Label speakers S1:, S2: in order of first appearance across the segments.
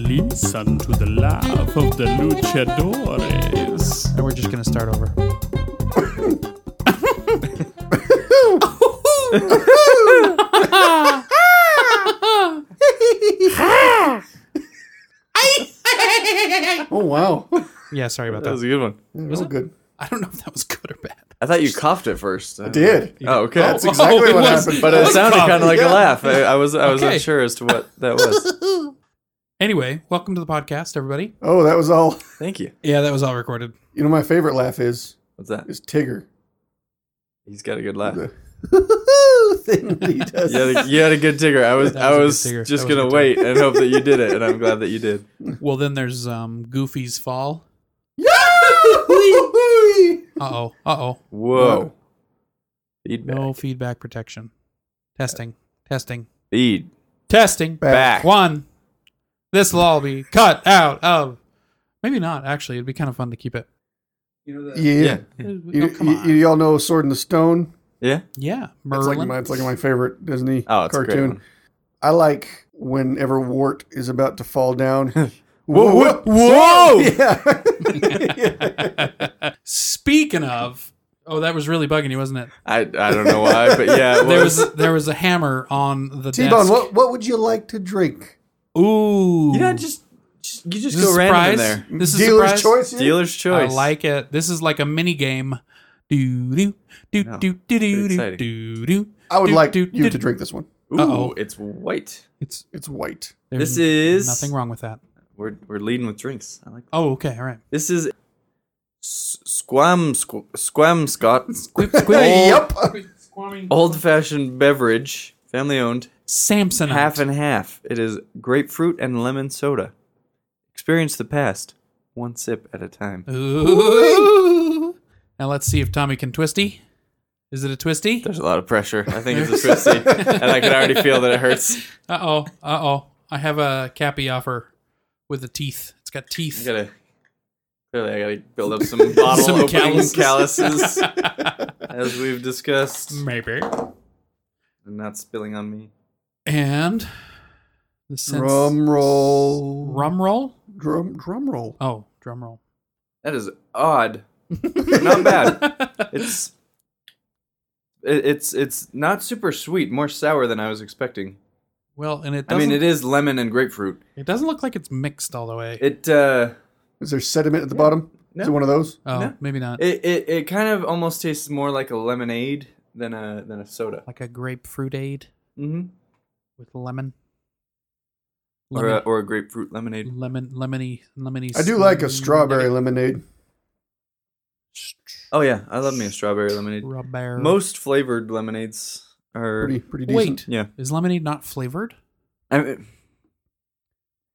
S1: listen to the laugh of the luchadores.
S2: And we're just gonna start over.
S3: Oh wow, that
S2: Yeah, sorry about
S4: That was
S2: that.
S4: a good one.
S3: was good.
S2: I don't know if that was good or bad.
S4: I thought you coughed at first. I
S3: Did
S4: Oh, okay.
S3: that's exactly
S1: it
S3: what
S1: was-
S3: happened.
S4: but
S1: I
S4: it
S1: was
S4: sounded
S1: coughing,
S4: kind of like
S3: yeah.
S4: a laugh. I, I was I was
S2: oh, Okay.
S4: unsure as to what that was.
S2: Anyway, welcome to the podcast, everybody.
S3: oh, that was all.
S4: Thank you.
S2: Yeah, that was all recorded.
S3: You know, my favorite laugh is
S4: What's that?
S3: is Tigger.
S4: He's got a good laugh.
S3: The thing that he does.
S4: You had a, you had a good tigger. I was,
S2: That was
S4: I
S2: a
S4: was
S2: good tigger. That
S4: just
S2: was a
S4: gonna
S2: good
S4: wait and hope that you did it, and I'm glad that you did.
S2: Well, then there's um, Goofy's fall.
S3: Yeah!
S2: Uh oh. Uh oh.
S4: Whoa. Feedback.
S2: No feedback protection. Testing. Testing.
S4: Feed
S2: Testing.
S4: back.
S2: One. This will all be cut out of. Maybe not. Actually, it'd be kind of fun to keep it.
S3: Yeah.
S4: Yeah.
S2: Oh,
S3: You,
S2: come on.
S3: you, you all know Sword in the Stone.
S4: Yeah.
S2: yeah,
S3: That's like
S2: Merlin.
S3: my, it's like my favorite Disney
S4: Oh, it's a great
S3: cartoon.
S4: one.
S3: I like whenever Wart is about to fall down.
S4: Whoa! Whoa! whoa!
S3: Yeah.
S2: Speaking of, oh, that was really bugging you, wasn't it?
S4: I, I don't know why, but yeah, it
S2: There
S4: was.
S2: was there was a hammer on the
S3: T Bone,
S2: desk.
S3: what, what would you like to drink?
S2: Ooh,
S4: you know, just, just you just
S2: This is
S4: go
S2: surprise.
S4: random there.
S2: This is
S3: Dealer's
S2: surprise.
S3: choice? here?
S4: Dealer's choice.
S2: I like it. This is like a mini game. Do do do
S4: No,
S2: do do do do
S4: exciting.
S2: do do.
S3: I would
S2: Do,
S3: like
S2: do,
S3: you
S2: do.
S3: to drink this one.
S4: Ooh,
S2: Uh-oh.
S4: it's white.
S2: It's
S3: It's white.
S2: there's
S4: This is-
S2: nothing wrong with that.
S4: We're we're leading with drinks. I like.
S2: Oh, okay, all right.
S4: This is s- Squam squ- Squam Scott
S2: Squib, squib.
S3: yep.
S4: Oh. old fashioned beverage, family owned,
S2: Samsonite.
S4: half and half. It is grapefruit and lemon soda. Experience the past, one sip at a time.
S2: Ooh. Now let's see if Tommy can twisty. Is it a twisty?
S4: There's a lot of pressure. I think it's a twisty, and I can already feel that it hurts.
S2: Uh oh. Uh oh. I have a cappy offer with the teeth. It's got
S4: I
S2: teeth.
S4: gotta clearly I gotta build up some bottle
S2: Some
S4: opening
S2: calluses.
S4: calluses. as we've discussed,
S2: Maybe.
S4: and not spilling on me.
S2: And the sense
S3: Drum roll.
S2: Rum roll?
S3: Drum drum roll.
S2: Oh, drum roll.
S4: That is odd. not bad. It's it, it's it's not super sweet, more sour than I was expecting.
S2: Well, and it
S4: I
S2: doesn't
S4: mean, it is lemon and grapefruit.
S2: it doesn't look like it's mixed all the way.
S4: It uh
S3: Is there sediment at the bottom? Is it
S4: No.
S3: one of those?
S2: oh,
S4: no.
S2: maybe not.
S4: it, it it kind of almost tastes more like a lemonade than a than a soda.
S2: like a grapefruit aid
S4: Mhm.
S2: with lemon.
S4: Or a,
S2: Lemon,
S4: or a grapefruit lemonade.
S2: lemon lemony lemony
S3: I do like a strawberry lemonade.
S4: Oh yeah, I love me a strawberry lemonade.
S2: Strawberry.
S4: Most flavored lemonades are
S3: Pretty pretty decent.
S2: Wait,
S4: yeah.
S2: is lemonade not flavored?
S4: I mean,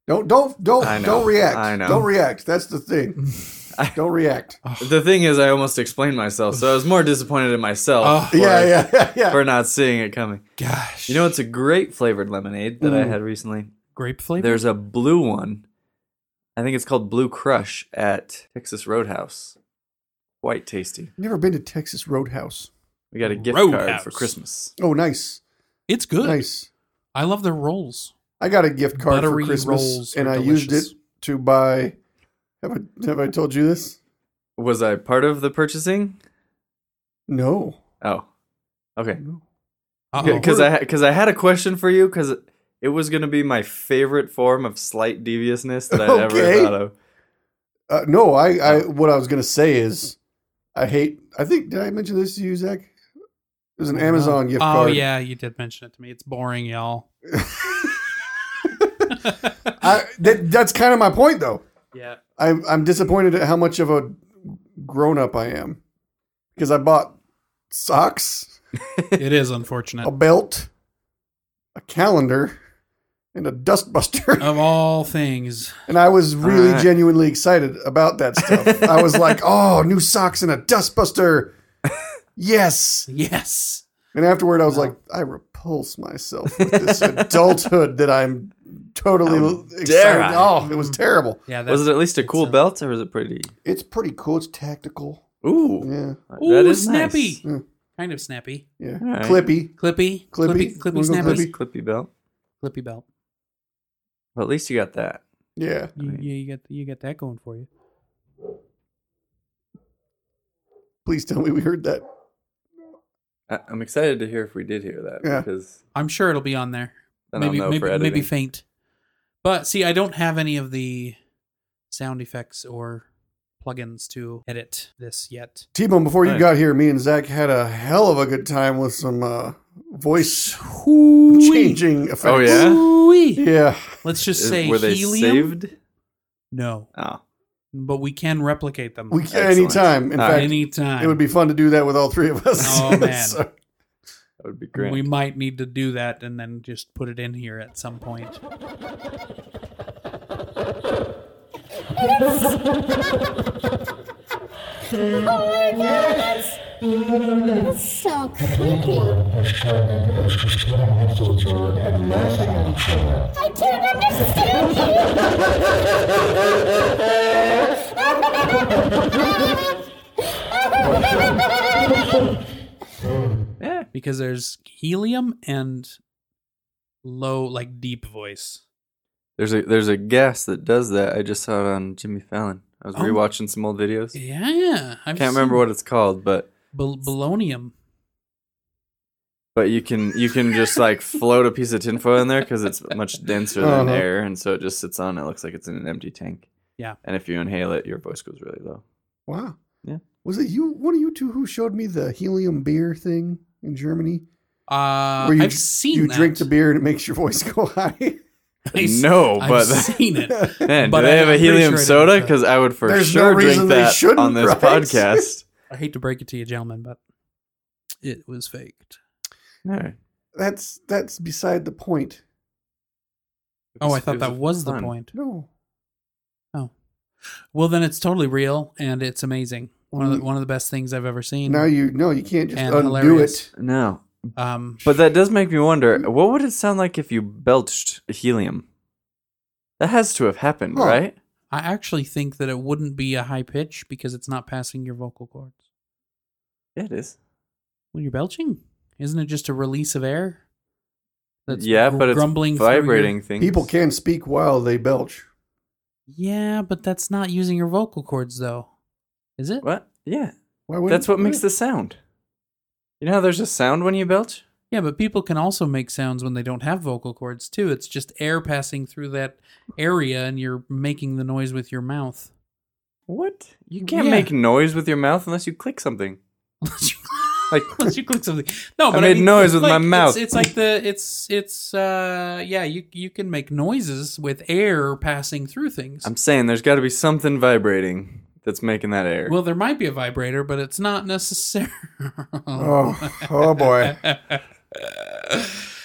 S3: Don't don't don't
S4: I know.
S3: don't react.
S4: I know.
S3: Don't react. That's the thing.
S4: I-
S3: don't react.
S4: the thing is, I almost explained myself, so I was more disappointed in myself
S2: Oh.
S4: for,
S3: Ah. yeah, yeah, yeah, yeah.
S4: for not seeing it coming.
S2: Gosh.
S4: You know, it's a great flavored lemonade that I
S3: Mm.
S4: had recently.
S2: grape flavor?
S4: There's a blue one. I think it's called Blue Crush at Texas Roadhouse. Quite tasty.
S3: Never been to Texas Roadhouse.
S4: We got a gift card
S2: Roadhouse.
S4: for Christmas.
S3: Oh, nice,
S2: it's good.
S3: nice.
S2: I love their rolls.
S3: I got a gift card
S2: Buttery
S3: for Christmas,
S2: rolls are
S3: and I
S2: delicious.
S3: used it to buy. Have I have I told you this?
S4: Was I part of the purchasing?
S3: No.
S4: Oh, okay.
S2: Uh-oh.
S4: Because I because I had a question for you because it was going to be my favorite form of slight deviousness that I'd
S3: Okay.
S4: ever thought of.
S3: Uh, no, I, I what I was gonna say is I hate I think did I mention this to you, Zach? It was an Amazon gift
S2: oh
S3: card.
S2: yeah, you did mention it to me. It's boring, y'all.
S3: I, that, that's kind of my point though.
S2: Yeah.
S3: I'm I'm disappointed at how much of a grown up I am. Because I bought socks,
S2: It is
S3: a
S2: unfortunate.
S3: belt, a calendar, and a dustbuster.
S2: of all things.
S3: And I was really
S4: Alright.
S3: genuinely excited about that stuff. I was like, oh, new socks and a dustbuster. Yes.
S2: Yes.
S3: And afterward, I was like, I repulse myself with this adulthood that I'm totally excited.
S4: dare I?
S3: Oh, it was terrible.
S2: Yeah, that's
S4: Was it at least a cool
S2: a-
S4: belt or was it pretty?
S3: It's pretty cool. It's tactical.
S4: Ooh,
S3: Yeah,
S2: Ooh,
S4: that is
S2: snappy.
S3: Yeah.
S2: Kind of snappy.
S3: yeah.
S4: Alright.
S3: Clippy.
S2: Clippy.
S3: Hmm. Clippy?
S2: Clippy
S3: Wanna
S2: clippy
S3: go
S2: snappy.
S4: Nice.
S2: Clippy.
S3: Clippy?
S4: Clippy belt.
S2: belt.
S4: Well, at least you got that.
S3: Yeah.
S2: You, yeah, you got you got that going for you.
S3: Please tell me we heard that.
S4: I, I'm excited to hear if we did hear that
S3: Yeah.
S4: because
S2: I'm sure it'll be on there.
S4: then
S2: maybe
S4: I'll know for
S2: maybe,
S4: editing.
S2: maybe faint. But see, I don't have any of the sound effects or plugins to edit this yet.
S3: T-Bone, before you
S4: Hi.
S3: got here, me and Zach had a hell of a good time with some uh, voice
S2: Changing.
S3: changing effects.
S4: Oh, yeah?
S3: Yeah.
S2: Let's just
S4: Is-
S2: say
S4: were they
S2: helium.
S4: saved?
S2: No,
S4: Oh,
S2: but we can replicate them
S3: We can
S4: Excellent.
S3: anytime. In
S4: All
S3: fact,
S4: right.
S2: anytime.
S3: it would be fun to do that with all three of us.
S2: Oh, man.
S3: So-
S4: that would be great.
S2: We might need to do that and then just put it in here at some point.
S5: Oh my god, that's, that's so creepy. I can't understand you.
S2: Because there's helium and low, like deep voice.
S4: There's a there's a gas that does that. I just saw it on Jimmy Fallon. I was
S2: Oh.
S4: rewatching some old videos.
S2: Yeah. I
S4: Can't remember what it's called, but
S2: Bal- balonium.
S4: but you can you can just like float a piece of tinfoil in there because it's much denser than
S3: Uh-huh.
S4: air, and so it just sits on. It looks like it's in an empty tank.
S2: Yeah.
S4: And if you inhale it, your voice goes really low.
S3: Wow.
S4: Yeah.
S3: Was it you, one of you two, who showed me the helium beer thing in Germany?
S2: Uh,
S3: Where you-
S2: I've seen
S3: you
S2: that.
S3: drink the beer and it makes your voice go high.
S2: I s-
S4: No,
S2: I've
S4: but-
S2: seen it.
S4: Man,
S2: But
S4: do they
S2: I-
S4: have
S2: I'm
S4: a
S2: pretty
S4: helium
S2: sure I
S4: soda?
S2: didn't, but-
S4: Because I would for
S3: There's
S4: sure
S3: no reason
S4: drink
S3: they
S4: that
S3: shouldn't,
S4: on this
S3: right?
S4: podcast.
S2: I hate to break it to you, gentlemen, but it was faked.
S4: All right.
S3: that's that's beside the point.
S2: Oh, I
S4: It
S2: thought that was the
S4: fun.
S2: point.
S3: No.
S2: Well, then it's totally real and it's amazing. One of the,
S3: Mm.
S2: one of the best things I've ever seen.
S3: Now you no, you can't just
S2: And
S3: undo
S2: hilarious.
S3: it.
S4: No,
S2: um,
S4: but that does make me wonder. What would it sound like if you belched helium? That has to have happened,
S3: Huh.
S4: right?
S2: I actually think that it wouldn't be a high pitch because it's not passing your vocal cords.
S4: Yeah, it is.
S2: When you're belching, isn't it just a release of air?
S4: yeah, but it's
S2: through your-
S4: vibrating things.
S3: People can speak while they belch.
S2: Yeah, but that's not using your vocal cords, though, is it?
S4: What? Yeah,
S3: Why would
S4: that's what makes the sound. You know how there's a sound when you belch?
S2: Yeah, but people can also make sounds when they don't have vocal cords too. It's just air passing through that area, and you're making the noise with your mouth.
S4: What? You can't
S2: Yeah.
S4: make noise with your mouth unless you click something. Like-
S2: unless you click something. No,
S4: I
S2: but
S4: made
S2: mean,
S4: noise with my
S2: like, it's-
S4: mouth.
S2: It's, like the it's it's uh yeah you you can make noises with air passing through things.
S4: I'm saying there's got to be something vibrating that's making that air.
S2: well, there might be a vibrator, but it's not necessary.
S3: Oh, oh boy.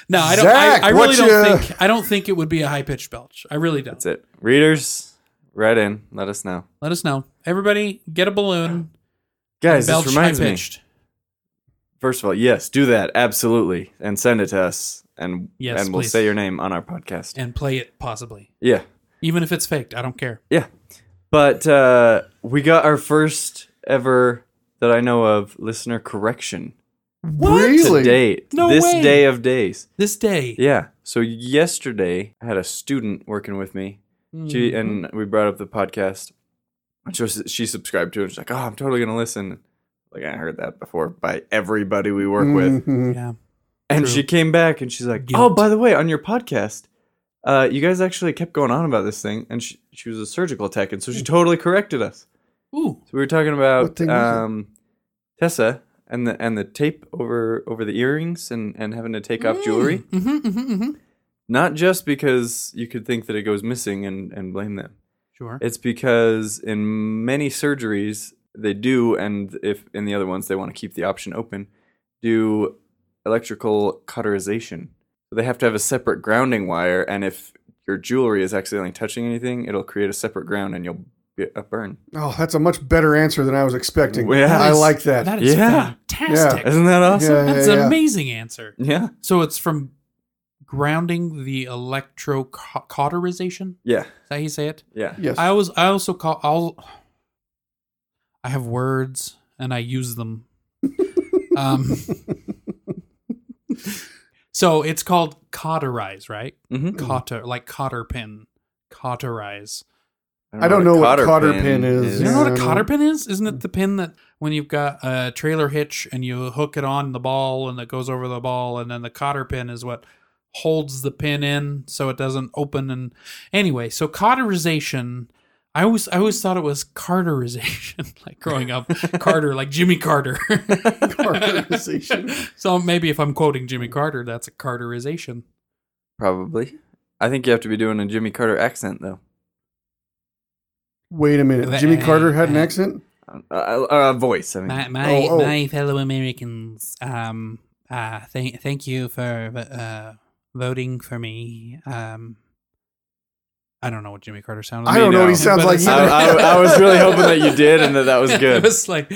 S2: No, I don't.
S3: Zach,
S2: I, I really
S3: what
S2: don't
S3: you-
S2: think. I don't think it would be a high pitched belch. I really don't.
S4: that's it. Readers, write in. Let us know.
S2: Let us know. Everybody, get a balloon.
S4: Guys,
S2: belch
S4: this reminds me.
S2: high-pitched.
S4: First of all, yes, do that absolutely, and send it to us, and
S2: Yes,
S4: and we'll
S2: please.
S4: say your name on our podcast.
S2: and play it possibly,
S4: yeah,
S2: even if it's faked. I don't care.
S4: yeah. But uh, we got our first ever that I know of listener correction
S3: Really?
S4: to date.
S2: No
S4: this
S2: way.
S4: day of days.
S2: This day,
S4: Yeah. So yesterday, I had a student working with me. She
S2: Mm-hmm.
S4: and we brought up the podcast, which was she subscribed to, and she's like, "Oh, I'm totally gonna listen." Like I heard that before by everybody we work with,
S3: Mhm.
S2: yeah,
S4: and
S2: True.
S4: she came back and she's like, "Oh,
S2: Guilt.
S4: by the way, on your podcast, uh, you guys actually kept going on about this thing," and she she was a surgical tech, and so she totally corrected us.
S2: ooh,
S4: So we were talking
S3: Hmm. What
S4: about
S3: thing was it?
S4: um, Tessa and the and the tape over over the earrings and and having to take off jewelry,
S2: hmm hmm hmm
S4: not just because you could think that it goes missing and and blame them.
S2: sure.
S4: It's because in many surgeries they do, and if in the other ones they want to keep the option open, do electrical cauterization. So they have to have a separate grounding wire, and if your jewelry is accidentally touching anything, it'll create a separate ground, and you'll get a burn.
S3: Oh, that's a much better answer than I was expecting.
S4: Yeah.
S3: I like that.
S2: that is
S4: Yeah.
S2: fantastic.
S4: Isn't that awesome?
S3: Yeah,
S2: That's
S3: yeah,
S2: an
S3: yeah.
S2: amazing answer.
S4: Yeah,
S2: So it's from grounding the electro cauterization.
S4: yeah,
S2: Is that how you say it?
S4: yeah.
S3: Yes.
S2: I always, I also call all. I have words and I use them. um, so it's called cauterize, right?
S4: Mhm.
S3: Hmm.
S2: Cotter, like cotter pin, cauterize.
S3: I don't know what cotter pin is.
S2: You
S3: Yeah,
S2: know what a
S3: I don't-
S2: cotter pin is? Isn't it the pin that when you've got a trailer hitch and you hook it on the ball and it goes over the ball, and then the cotter pin is what holds the pin in so it doesn't open. And anyway, so cauterization. I always I always thought it was carterization, like growing up, Carter, like Jimmy Carter.
S3: Carterization.
S2: so maybe if I'm quoting Jimmy Carter, that's a carterization.
S4: Probably. I think you have to be doing a Jimmy Carter accent though.
S3: Wait a minute.
S2: eh,
S3: Jimmy Carter had an accent?
S4: Uh, uh, voice. I mean,
S2: my my,
S3: Oh, oh.
S2: my fellow Americans, um, uh, thank thank you for uh, voting for me. Um, I don't know what Jimmy Carter sounded.
S3: I
S2: like.
S4: Me
S3: don't know what he
S4: now.
S3: sounds
S2: But
S3: like
S2: it's-
S4: I,
S3: either.
S4: I, I was really hoping that you did and that that was
S2: it
S4: good.
S2: was like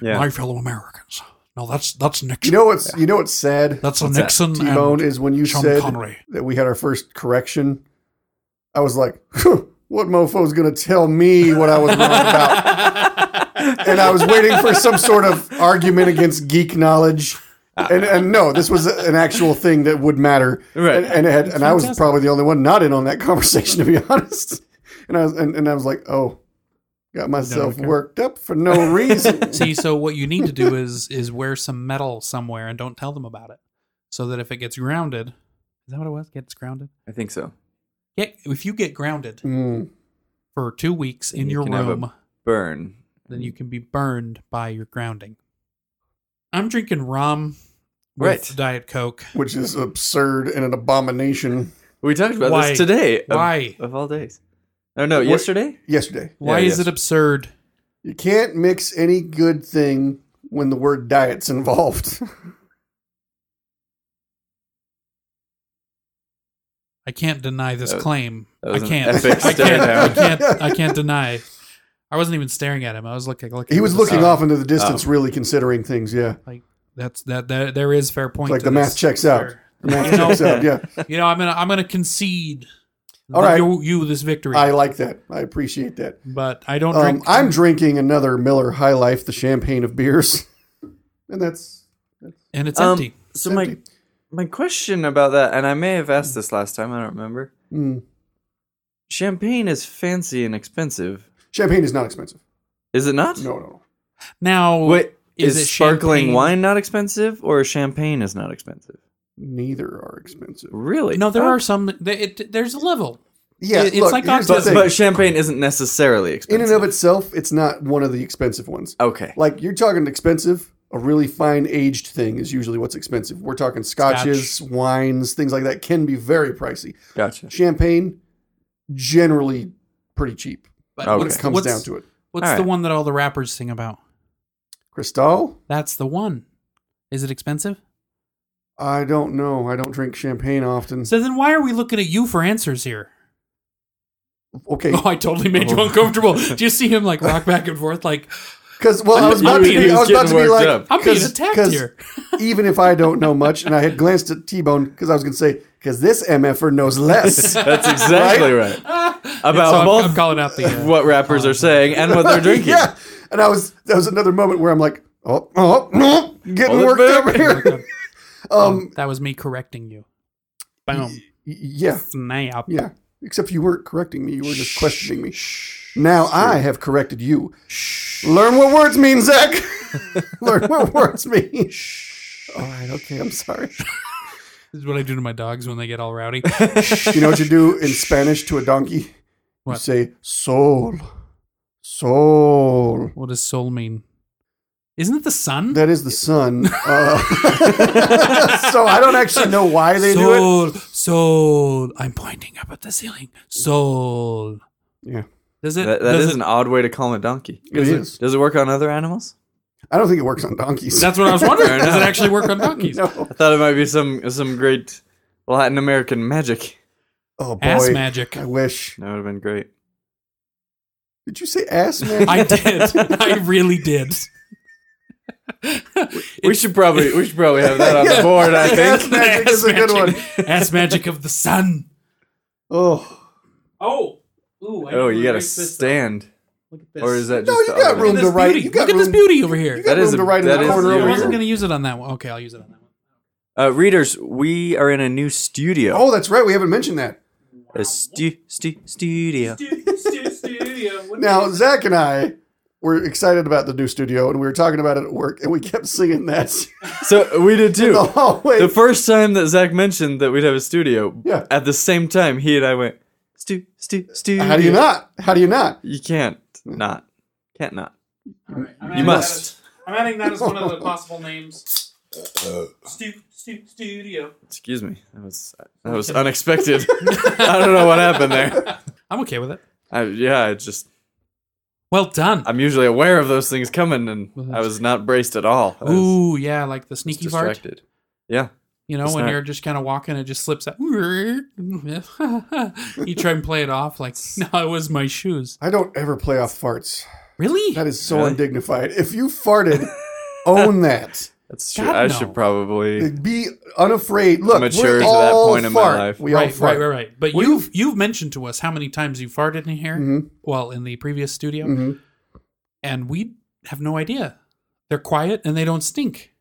S4: yeah.
S2: my fellow Americans. No, that's that's
S3: You
S2: Nixon.
S3: know what's you know what's sad,
S2: that's a
S4: What's that?
S2: Nixon
S3: T Bone,
S2: and
S3: is when you
S2: Sean
S3: said
S2: Connery.
S3: that we had our first correction. I was like, "Huh, what mofo's gonna tell me what I was wrong about? and I was waiting for some sort of argument against geek knowledge.
S2: Ah.
S3: And, and no, this was an actual thing that would matter.
S4: Right.
S3: And, and, it had, and I was
S2: Fantastic.
S3: probably the only one not in on that conversation, to be honest. And I was, and, and I was like, oh, got myself
S2: okay.
S3: worked up for no reason.
S2: See, so what you need to do is is wear some metal somewhere and don't tell them about it, so that if it gets grounded, is that what it was? Gets grounded.
S4: I think so.
S2: Yeah, if you get grounded
S3: Mm.
S2: for two weeks in
S4: you
S2: your
S4: can have a-
S2: room.
S4: Burn.
S2: then
S4: Mm.
S2: you can be burned by your grounding. I'm drinking rum with
S4: Right.
S2: Diet Coke.
S3: Which is absurd and an abomination.
S4: We talked about
S2: Why?
S4: this today. of-
S2: Why?
S4: Of, all days. Oh no, yesterday?
S3: Yesterday,
S2: Why
S4: Yeah,
S2: is
S4: yes.
S2: it absurd?
S3: you can't mix any good thing when the word diet's involved.
S2: I can't deny this
S4: That-
S2: claim.
S4: that
S2: I
S4: was an
S2: can't.
S4: epic
S2: I
S4: stare
S2: can't. I
S4: down.
S2: can't. I can't deny. I wasn't even staring at him. I was looking. looking
S3: he was
S2: at
S3: looking
S2: the-
S3: off into the
S2: Oh.
S3: distance, really considering things. Yeah.
S2: That's that. There, there is fair point.
S3: Like
S2: to
S3: the
S2: this.
S3: math checks out.
S2: Fair.
S3: The math
S2: You know-
S3: checks out. Yeah.
S2: You know, I'm gonna. I'm gonna concede.
S3: All
S2: the-
S3: right.
S2: You, you this victory,
S3: I like that. I appreciate that.
S2: but I don't
S3: Um,
S2: drink.
S3: I'm drinking another Miller High Life, the champagne of beers, and that's
S2: and it's
S4: Um,
S2: empty.
S4: So my
S3: empty.
S4: my question about that, and I may have asked this last time, I don't remember.
S3: Mm.
S4: Champagne is fancy and expensive.
S3: champagne is not expensive.
S4: Is it not?
S3: No, no, no.
S2: Now,
S4: Wait,
S2: is
S4: is,
S2: it
S4: sparkling
S2: champagne?
S4: wine not expensive or champagne is not expensive?
S3: neither are expensive.
S4: Really?
S2: no, there
S4: Oh.
S2: are some. there- It, there's a level.
S3: Yeah,
S2: It- it's
S3: look,
S2: like
S3: here's the
S4: But,
S3: thing.
S4: but champagne isn't necessarily
S3: in
S4: expensive.
S3: and of itself, it's not one of the expensive ones.
S4: okay.
S3: Like you're talking expensive, a really fine aged thing is usually what's expensive. We're talking scotches, wines, things like that can be very pricey.
S4: Gotcha.
S3: Champagne, generally pretty cheap
S2: But
S4: Okay.
S3: when it
S2: what's,
S3: comes
S2: what's,
S3: down to it.
S2: What's
S4: All
S2: the
S4: right.
S2: one that all the rappers sing about?
S3: Cristal,
S2: That's the one. Is it expensive?
S3: I don't know. I don't drink champagne often.
S2: So then why are we looking at you for answers here?
S3: Okay,
S2: Oh, I totally made you uncomfortable. Do you see him like rock back and forth like
S3: Because well, I was about to be, I was about to be
S4: Getting worked
S3: like,
S4: up.
S2: I'm being
S3: 'cause-
S2: attacked
S3: 'cause
S2: here.
S3: even if I don't know much, and I had glanced at T Bone because I was going to say, because this mf'er knows less.
S4: That's exactly right. About
S2: so I'm,
S4: Uh, both
S2: I'm calling out the uh,
S4: what rappers are saying and what they're drinking.
S3: yeah, and I was that was another moment where I'm like, oh, oh, oh, getting
S4: Hold it
S3: worked
S4: back.
S3: up here. um,
S2: that was me correcting you. Boom.
S3: yeah,
S2: Snap.
S3: yeah. Except you weren't correcting me; you were just questioning me. Now I have corrected you. Learn what words mean, Zach. Learn what words mean. All right, okay. I'm sorry.
S2: This is what I do to my dogs when they get all rowdy.
S3: You know what you do in Spanish to a donkey? You
S2: What?
S3: say soul. Soul.
S2: what does soul mean? Isn't it the sun?
S3: That is the sun. Uh, so I don't actually know why they do it.
S2: soul, soul. I'm pointing up at the ceiling. Soul.
S3: Yeah,
S2: Does it?
S4: That, that
S2: does
S4: is
S2: it-
S4: an odd way to call a donkey.
S3: it is.
S4: Does it work on other animals?
S3: I don't think it works on donkeys. Oh,
S2: That's what I was wondering.
S4: Fair
S2: Does it
S4: enough.
S2: actually work on donkeys?
S3: no.
S4: I thought it might be some some great Latin American magic.
S3: Oh boy.
S2: Ass magic.
S3: I wish.
S4: That would have been great.
S3: Did you say ass magic?
S2: I did. I really did.
S4: we should probably we should probably have that on the board. I
S3: ass
S4: think.
S3: magic is a good one.
S2: Ass magic of the sun.
S3: Oh
S2: Oh. Ooh, I
S4: Oh,
S2: didn't
S4: you got to
S2: erase this.
S4: stand,
S2: Look at this.
S4: or is that
S3: No,
S4: just
S3: you
S4: the
S3: got
S4: other
S2: Look
S3: room
S4: one?
S2: at
S3: to
S2: this
S3: right-
S2: beauty.
S3: you got
S2: Look at this
S3: room-
S2: beauty over here.
S3: got
S4: That is
S3: room
S4: a-
S3: to write in
S4: that
S3: the
S4: is
S3: corner
S4: the
S2: I
S3: over
S2: wasn't
S3: here.
S2: going to use it on that one. Okay, I'll use it on that one.
S4: Uh, readers, we are in a new studio.
S3: Oh, that's right. We haven't mentioned that.
S4: A stu- stu- studio.
S3: Now, Zach and I were excited about the new studio, and we were talking about it at work, and we kept singing that
S4: So we did
S3: in
S4: too.
S3: the hallway.
S4: The first time that Zach mentioned that we'd have a studio,
S3: Yeah.
S4: at the same time, he and I went, stu, stu, stu.
S3: How do you not? How do you not?
S4: You can't not. Can't not.
S2: I'm
S4: You must.
S2: I'm adding that as one of the possible names.
S4: Uh,
S2: Stu, stu, studio.
S4: Excuse me. That was that was unexpected. I don't know what happened there.
S2: I'm okay with it.
S4: I, yeah, I just
S2: Well done.
S4: I'm usually aware of those things coming, and I was not braced at all. I was
S2: Ooh, yeah, like the sneaky fart.
S4: distracted. Yeah.
S2: You know,
S4: It's
S2: when
S4: not-
S2: you're just kind of walking, it just slips out. you try and play it off like, no, it was my shoes.
S3: I don't ever play off farts.
S2: Really?
S3: That is so
S4: Really?
S3: undignified. If you farted, own that.
S4: That's true.
S2: God,
S4: I
S2: no.
S4: should probably.
S3: Be unafraid. Look,
S4: Mature
S3: we're
S4: to that
S3: all
S4: point in my
S3: fart.
S4: life.
S3: We all
S2: Right,
S3: fart.
S2: right, right, right. But you've you've mentioned to us how many times you farted in here,
S3: Mm-hmm.
S2: well, in the previous studio,
S3: Mhm.
S2: and we have no idea. They're quiet and they don't stink.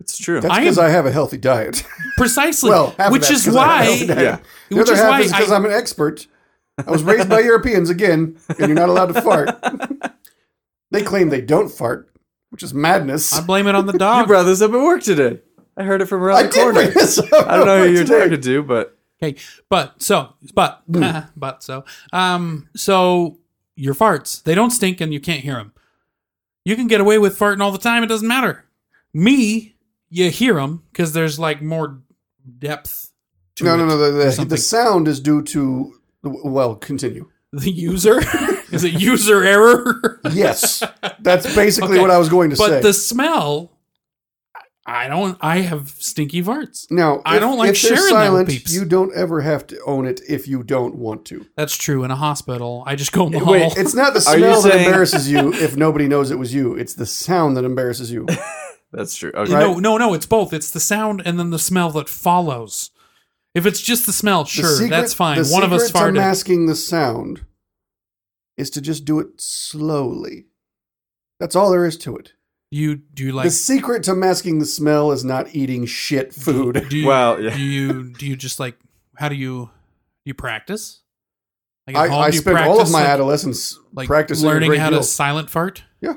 S4: It's true.
S3: That's
S2: I
S3: because
S2: am-
S3: I, have a healthy diet.
S2: Precisely,
S3: well, half of
S2: which
S3: that's
S2: is
S3: 'cause I have a healthy
S2: why,
S3: diet.
S4: Yeah.
S3: The
S2: which
S3: other
S2: is
S3: half
S2: why
S3: is because
S2: I,
S3: I'm an expert. I was raised by Europeans again, and you're not allowed to fart. they claim they don't fart, which is madness.
S2: I blame it on the
S4: You
S2: dog.
S4: brought this up at work today. I heard it from around
S3: I
S4: the
S3: did bring
S4: corner.
S3: this up
S4: I don't know who you're
S3: today.
S4: talking to, but
S2: Okay, but so but
S3: Mm.
S2: but so um so your farts they don't stink and you can't hear them. You can get away with farting all the time; it doesn't matter. Me, you hear them because there's like more depth. To
S3: No,
S2: it
S3: no, no.
S2: or
S3: The, the,
S2: something.
S3: the sound is due to well. Continue.
S2: the user is it user error?
S3: Yes, that's basically
S2: Okay.
S3: what I was going to
S2: but
S3: say.
S2: the smell, I don't. I have stinky farts.
S3: now,
S2: I
S3: if-
S2: don't like
S3: if they're
S2: sharing that with
S3: silent,
S2: peeps.
S3: You don't ever have to own it if you don't want to.
S2: That's true. In a hospital, I just go in the
S4: Wait,
S2: hall.
S3: It's not the
S4: Are you
S3: smell that
S4: saying-
S3: embarrasses you if nobody knows it was you. It's the sound that embarrasses you.
S4: that's true. Okay.
S2: No, no, no. It's both. It's the sound and then the smell that follows. If it's just the smell,
S3: The
S2: sure,
S3: secret-
S2: that's fine.
S3: the
S2: One of us
S3: secret
S2: farted.
S3: To masking the sound is to just do it slowly. That's all there is to it.
S2: you do you like?
S3: the secret to masking the smell is not eating shit food.
S2: Do you,
S4: Well, yeah.
S2: do you do you just like? How do you do you practice? Like
S3: I, I
S2: do you
S3: spent all of
S2: practice,
S3: my
S2: like,
S3: adolescence
S2: like
S3: practicing a
S2: learning
S3: great
S2: how
S3: deal.
S2: to silent fart.
S3: Yeah.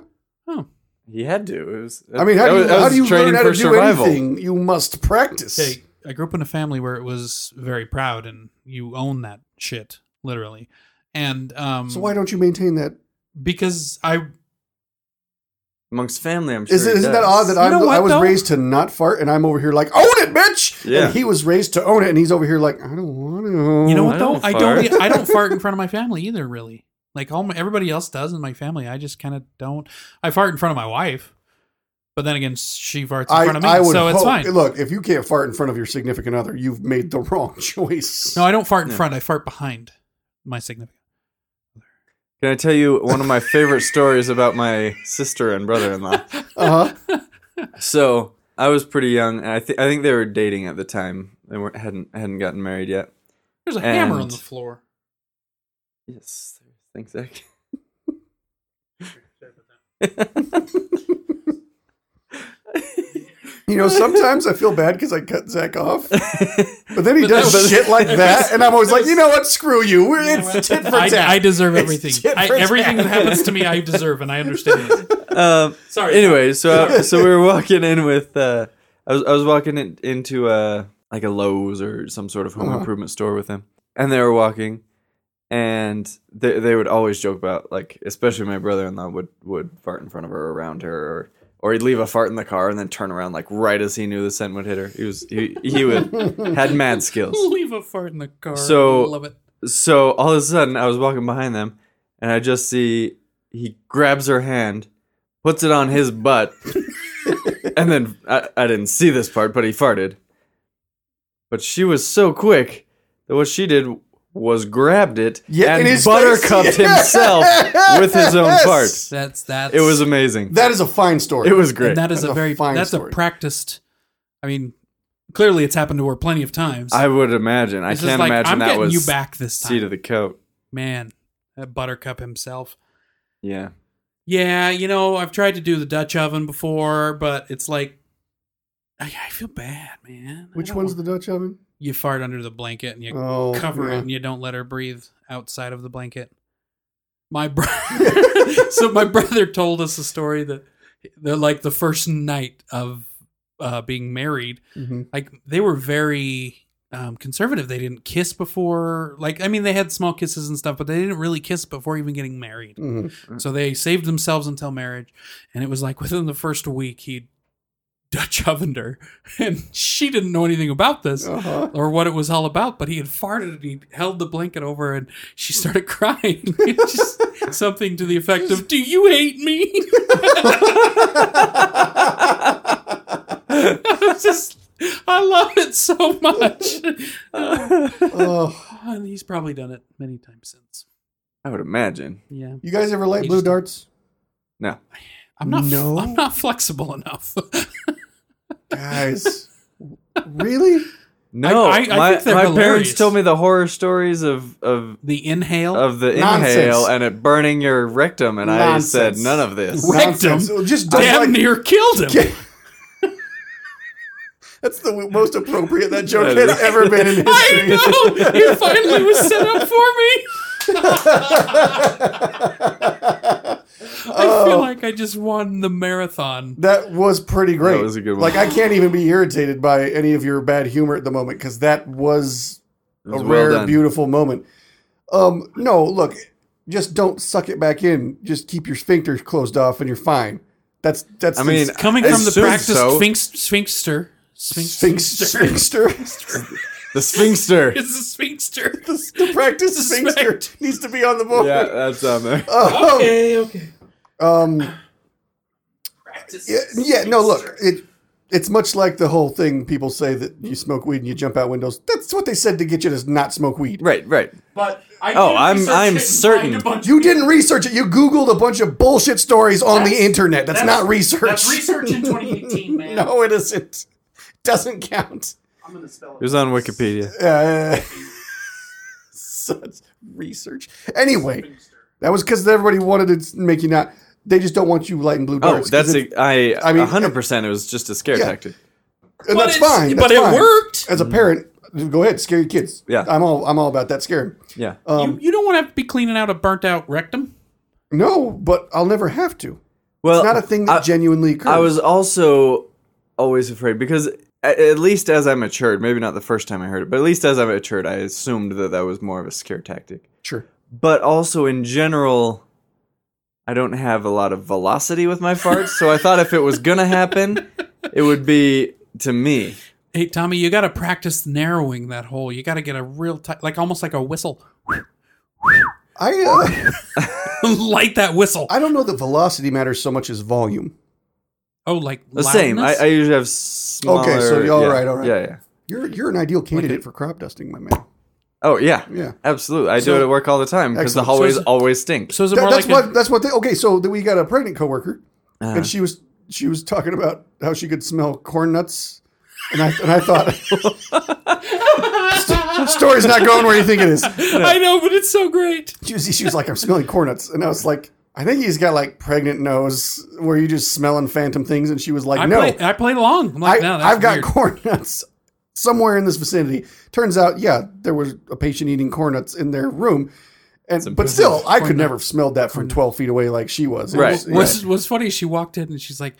S2: Oh,
S4: He had to. It was.
S3: I mean, how
S4: that
S3: do you,
S4: was- that
S3: how
S4: was
S3: do you
S4: training
S3: learn how
S4: for
S3: to do
S4: survival.
S3: anything? You must practice.
S2: okay. I grew up in a family where it was very proud, and you own that shit literally. And um,
S3: So why don't you maintain that?
S2: because I
S4: Amongst family, I'm sure.
S3: Is
S4: he
S3: it, isn't that
S4: does.
S3: odd that
S2: You
S3: I'm,
S2: know what,
S3: I was
S2: though?
S3: raised to not fart and I'm over here like own it, bitch?
S4: Yeah.
S3: And he was raised to own it, and he's over here like I don't want to.
S2: You know
S4: I
S2: what though?
S4: don't
S2: I don't. e,
S4: fart.
S2: I don't fart in front of my family either. Really, like all my, everybody else does in my family. I just kind of don't. I fart in front of my wife, but then again, she farts in
S3: I,
S2: front of me,
S3: I would
S2: so it's
S3: hope-
S2: fine.
S3: Look, if you can't fart in front of your significant other, you've made the wrong choice.
S2: No, I don't fart in
S4: Yeah.
S2: front. I fart behind my significant.
S4: Can I tell you one of my favorite stories about my sister and brother-in-law?
S3: Uh huh.
S4: So I was pretty young, and I think I think they were dating at the time. They weren't hadn't hadn't gotten married yet.
S2: There's a hammer
S4: And-
S2: on the floor.
S4: Yes, thanks, Zach.
S3: You know, sometimes I feel bad because I cut Zach off, but then he
S2: But
S3: does
S2: that was-
S3: shit like that, and I'm always like, you know what? Screw you. We're,
S2: You know
S3: it's
S2: what?
S3: tit for
S2: I,
S3: tat.
S2: I deserve
S3: It's
S2: everything.
S3: tit
S2: I,
S3: for
S2: everything
S3: tat.
S2: that happens to me, I deserve, and I understand. it.
S4: Um,
S2: Sorry.
S4: anyway, so I- so we were walking in with uh, I was I was walking in, into a like a Lowe's or some sort of home
S3: Uh-huh.
S4: improvement store with them, and they were walking, and they they would always joke about like especially my brother in law would would fart in front of her or around her or or he'd leave a fart in the car and then turn around like right as he knew the scent would hit her. He was he he would had mad skills.
S2: leave a fart in the car.
S4: So-
S2: I love it.
S4: So all of a sudden, I was walking behind them, and I just see he grabs her hand, puts it on his butt, and then I, I didn't see this part, but he farted. But she was so quick that what she did was grabbed it
S3: Yeah, in
S4: and
S3: his
S4: buttercupped
S3: face. Yes!
S4: himself with his own fart.
S2: That's that's
S4: It was amazing.
S3: That is a fine story.
S4: it was great.
S2: And that is
S3: That's
S2: a
S3: a
S2: very
S3: fine
S2: that's
S3: story.
S2: a practiced. I mean, clearly it's happened to her plenty of times.
S4: I would imagine. I
S2: It's just
S4: can't
S2: like,
S4: imagine
S2: I'm
S4: that
S2: getting
S4: was
S2: you back this time,
S4: seat of the coat.
S2: man. That Buttercup himself.
S4: Yeah.
S2: Yeah, you know, I've tried to do the Dutch oven before, but it's like I, I feel bad, man. I
S3: Which
S2: don't
S3: one's
S2: want-
S3: the Dutch oven?
S2: you fart under the blanket and you
S3: Oh,
S2: cover
S3: yeah.
S2: it and you don't let her breathe outside of the blanket. My brother, so my brother told us a story that they're like the first night of uh, being married.
S3: Mhm.
S2: Like they were very um, conservative. They didn't kiss before. Like I mean, they had small kisses and stuff, but they didn't really kiss before even getting married.
S3: Mhm.
S2: So they saved themselves until marriage, and it was like within the first week he Dutch ovened her, and she didn't know anything about this
S3: Uh-huh.
S2: or what it was all about. But he had farted and he held the blanket over, and she started crying, It's just something to the effect of "Do you hate me?" It's just, I love it so Uh, much.
S3: Oh,
S2: and Uh, he's probably done it many times since.
S4: I would imagine.
S2: Yeah,
S3: you guys ever light blue darts?
S4: No.
S2: I'm not.
S3: No.
S2: I'm not flexible enough.
S3: Guys, really?
S4: No,
S2: I- I
S4: my,
S2: think they're
S4: my
S2: hilarious.
S4: parents told me the horror stories of of
S2: the inhale.
S4: of the
S3: Nonsense.
S4: inhale and it burning your rectum, and I
S3: Nonsense.
S4: said none of this.
S2: Right. Rectum.
S3: Nonsense. Oh, Just don't
S2: damn
S3: like-
S2: near killed him.
S3: That's the most appropriate that joke
S4: That is-
S3: has ever been in
S2: I
S3: history.
S2: know. It finally was set up for me. I
S3: Oh.
S2: feel like I just won the marathon.
S3: That was pretty great.
S4: That was a good one.
S3: Like I can't even be irritated by any of your bad humor at the moment because that was
S4: It was
S3: a
S4: well
S3: rare,
S4: done.
S3: beautiful moment. Um, no, look, just don't suck it back in. Just keep your sphincter closed off, and you're fine. That's that's.
S4: I mean,
S2: Coming
S4: I
S2: from the
S4: assume
S2: practice
S4: so.
S2: sphinx, sphinxster. Sphinx,
S3: sphinx, sphincter.
S4: The sphinxter.
S2: It's a sphinxster.
S3: the, the practice sphincter
S2: Suspect.
S3: needs to be on the board.
S4: yeah, that's on there.
S3: Oh,
S2: Okay, okay.
S3: Um, yeah, yeah, no, look, it, it's much like the whole thing people say that you smoke weed and you jump out windows. That's what they said to get you to not smoke weed.
S4: Right, right.
S2: But I
S4: Oh, did I'm- research I'm it and certain. find a bunch
S3: You didn't research it. You Googled a bunch of bullshit stories on the internet. That's,
S2: that's-
S3: not research.
S2: in 2018, man.
S3: no, it isn't. Doesn't count.
S2: I'm gonna spell
S4: It was on Wikipedia.
S3: Uh, such research. Anyway, that was because everybody wanted to make you not. They just don't want you lighting blue
S4: Oh,
S3: darts. 'cause
S4: that's
S3: it,
S4: a, I.
S3: I
S4: I
S3: mean,
S4: mean, hundred percent. It was just a scare
S3: yeah.
S4: tactic.
S3: and that's
S2: it's-
S3: fine.
S2: but
S3: that's
S2: it
S3: fine.
S2: worked.
S3: As a parent, go ahead, scare your kids.
S4: Yeah.
S3: I'm all I'm all about that. Scare 'em.
S4: Yeah.
S3: Um,
S2: you, you don't want to have to be cleaning out a burnt out rectum.
S3: No, but I'll never have to.
S4: well,
S3: It's not a thing that
S4: Uh, I-
S3: genuinely occurs.
S4: I was also always afraid because at, at least as I matured, maybe not the first time I heard it, but at least as I matured, I assumed that that was more of a scare tactic.
S3: sure.
S4: But also in general, I don't have a lot of velocity with my farts, so I thought if it was gonna happen, it would be to me.
S2: Hey, Tommy, you got to practice narrowing that hole. You got to get a real tight, like almost like a whistle.
S3: I uh,
S2: Light that whistle.
S3: I don't know that velocity matters so much as volume.
S2: Oh, like
S4: The same. I,
S2: loudness?
S4: I usually have smaller.
S3: Okay, so you're all
S4: yeah,
S3: right, all right.
S4: Yeah, yeah.
S3: You're you're an ideal candidate for crop dusting, my man.
S4: Oh yeah,
S3: Yeah.
S4: absolutely. I
S2: So-
S4: do it at work all the time because the
S3: Excellent. So
S4: hallways
S2: is it-
S4: always stink.
S2: so is it
S3: That-
S2: more
S3: that's
S2: like
S3: what
S2: a, Uh-huh.
S3: that's what they okay, so that we got a pregnant coworker and she was she was talking about how she could smell corn nuts. And I, and I thought, St- story's not going where you think it is.
S2: I know, but it's so great.
S3: She was, she was like, I'm smelling corn nuts. And I was like, I think he's got like pregnant nose where you just smelling phantom things. And she was like,
S2: I
S3: No,
S2: play I played along. I'm
S3: I,
S2: like, no, that's
S3: I've got
S2: weird.
S3: corn nuts somewhere in this vicinity. Turns out, yeah, there was a patient eating corn nuts in their room. And, but still, I could never have smelled that from 12 feet away like she was. It
S4: Right.
S3: was- yeah.
S2: What's what's funny is she walked in and she's like,